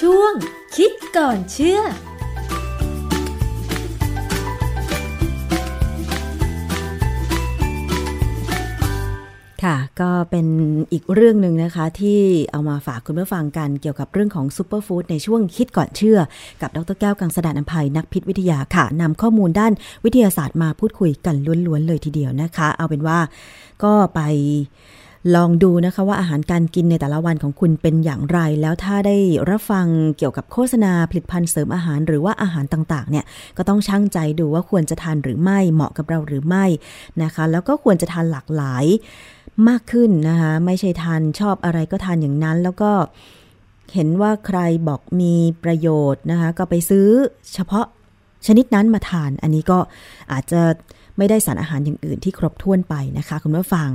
ช่วงคิดก่อนเชื่อ ค่ะ ก็เป็นอีกเรื่องหนึ่งนะคะ ที่เอามาฝากคุณผู้ฟังกันเกี่ยวกับเรื่องของซูเปอร์ฟู้ดในช่วงคิดก่อนเชื่อ กับดรแก้วกังสดานอภัยนักพิษวิทยาค่ะนำข้อมูลด้านวิทยาศาสตร์มาพูดคุยกันล้วนๆเลยทีเดียวนะคะ เอาเป็นว่าก็ไปลองดูนะคะว่าอาหารการกินในแต่ละวันของคุณเป็นอย่างไร แล้วถ้าได้รับฟังเกี่ยวกับโฆษณาผลิตภัณฑ์เสริมอาหารหรือว่าอาหารต่างๆเนี่ยก็ต้องชั่งใจดูว่าควรจะทานหรือไม่เหมาะกับเราหรือไม่นะคะ แล้วก็ควรจะทานหลากหลาย มากขึ้นนะคะไม่ใช่ทานชอบอะไรก็ทานอย่างนั้น แล้วก็เห็นว่าใครบอกมีประโยชน์นะคะก็ไปซื้อเฉพาะชนิดนั้นมาทาน อันนี้ก็อาจจะไม่ได้สารอาหารอย่างอื่นที่ครบถ้วนไปนะคะคุณผู้ฟัง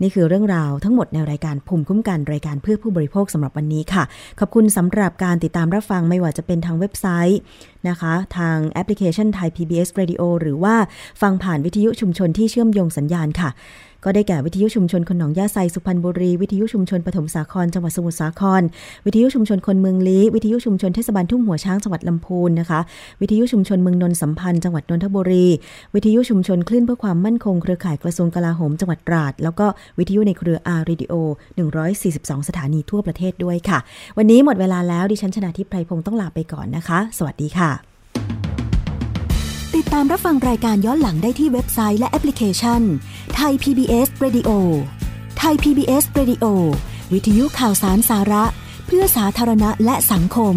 นี่คือเรื่องราวทั้งหมดในรายการภูมิคุ้มกันรายการเพื่อผู้บริโภคสำหรับวันนี้ค่ะ ขอบคุณสำหรับการติดตามรับฟังไม่ว่าจะเป็นทางเว็บไซต์นะคะ ทางแอปพลิเคชันไทย PBS Radio หรือว่าฟังผ่านวิทยุชุมชนที่เชื่อมโยงสัญญาณค่ะ ก็ได้แก่วิทยุชุมชนคนหนองยาไซสุพรรณบุรี วิทยุชุมชนปฐมสาครจังหวัดสมุทรสาคร วิทยุชุมชนคนเมืองลี้วิทยุชุมชนเทศบาลทุ่งหัวช้างจังหวัดลำพูนนะคะ วิทยุชุมชนเมืองนนท์สัมพันธ์จังหวัดนนทบุรี วิทยุชุมชนคลื่นเพื่อความมั่นคงเครือข่ายกระทรวงกลาโหมจังหวัดตราด แล้วก็วิทยุในเครืออาร์รีดิโอ142 สถานีทั่วประเทศด้วยค่ะ วันนี้หมดเวลาแล้วดิฉันชนะทิพไพรพงศ์ต้องลาไปก่อนนะคะ สวัสดีค่ะ ติดตามรับฟังรายการย้อนหลังได้ที่เว็บไซต์และแอปพลิเคชันไทย PBS Radio ไทย PBS Radio วิทยุข่าวสารสาระ เพื่อสาธารณะและสังคม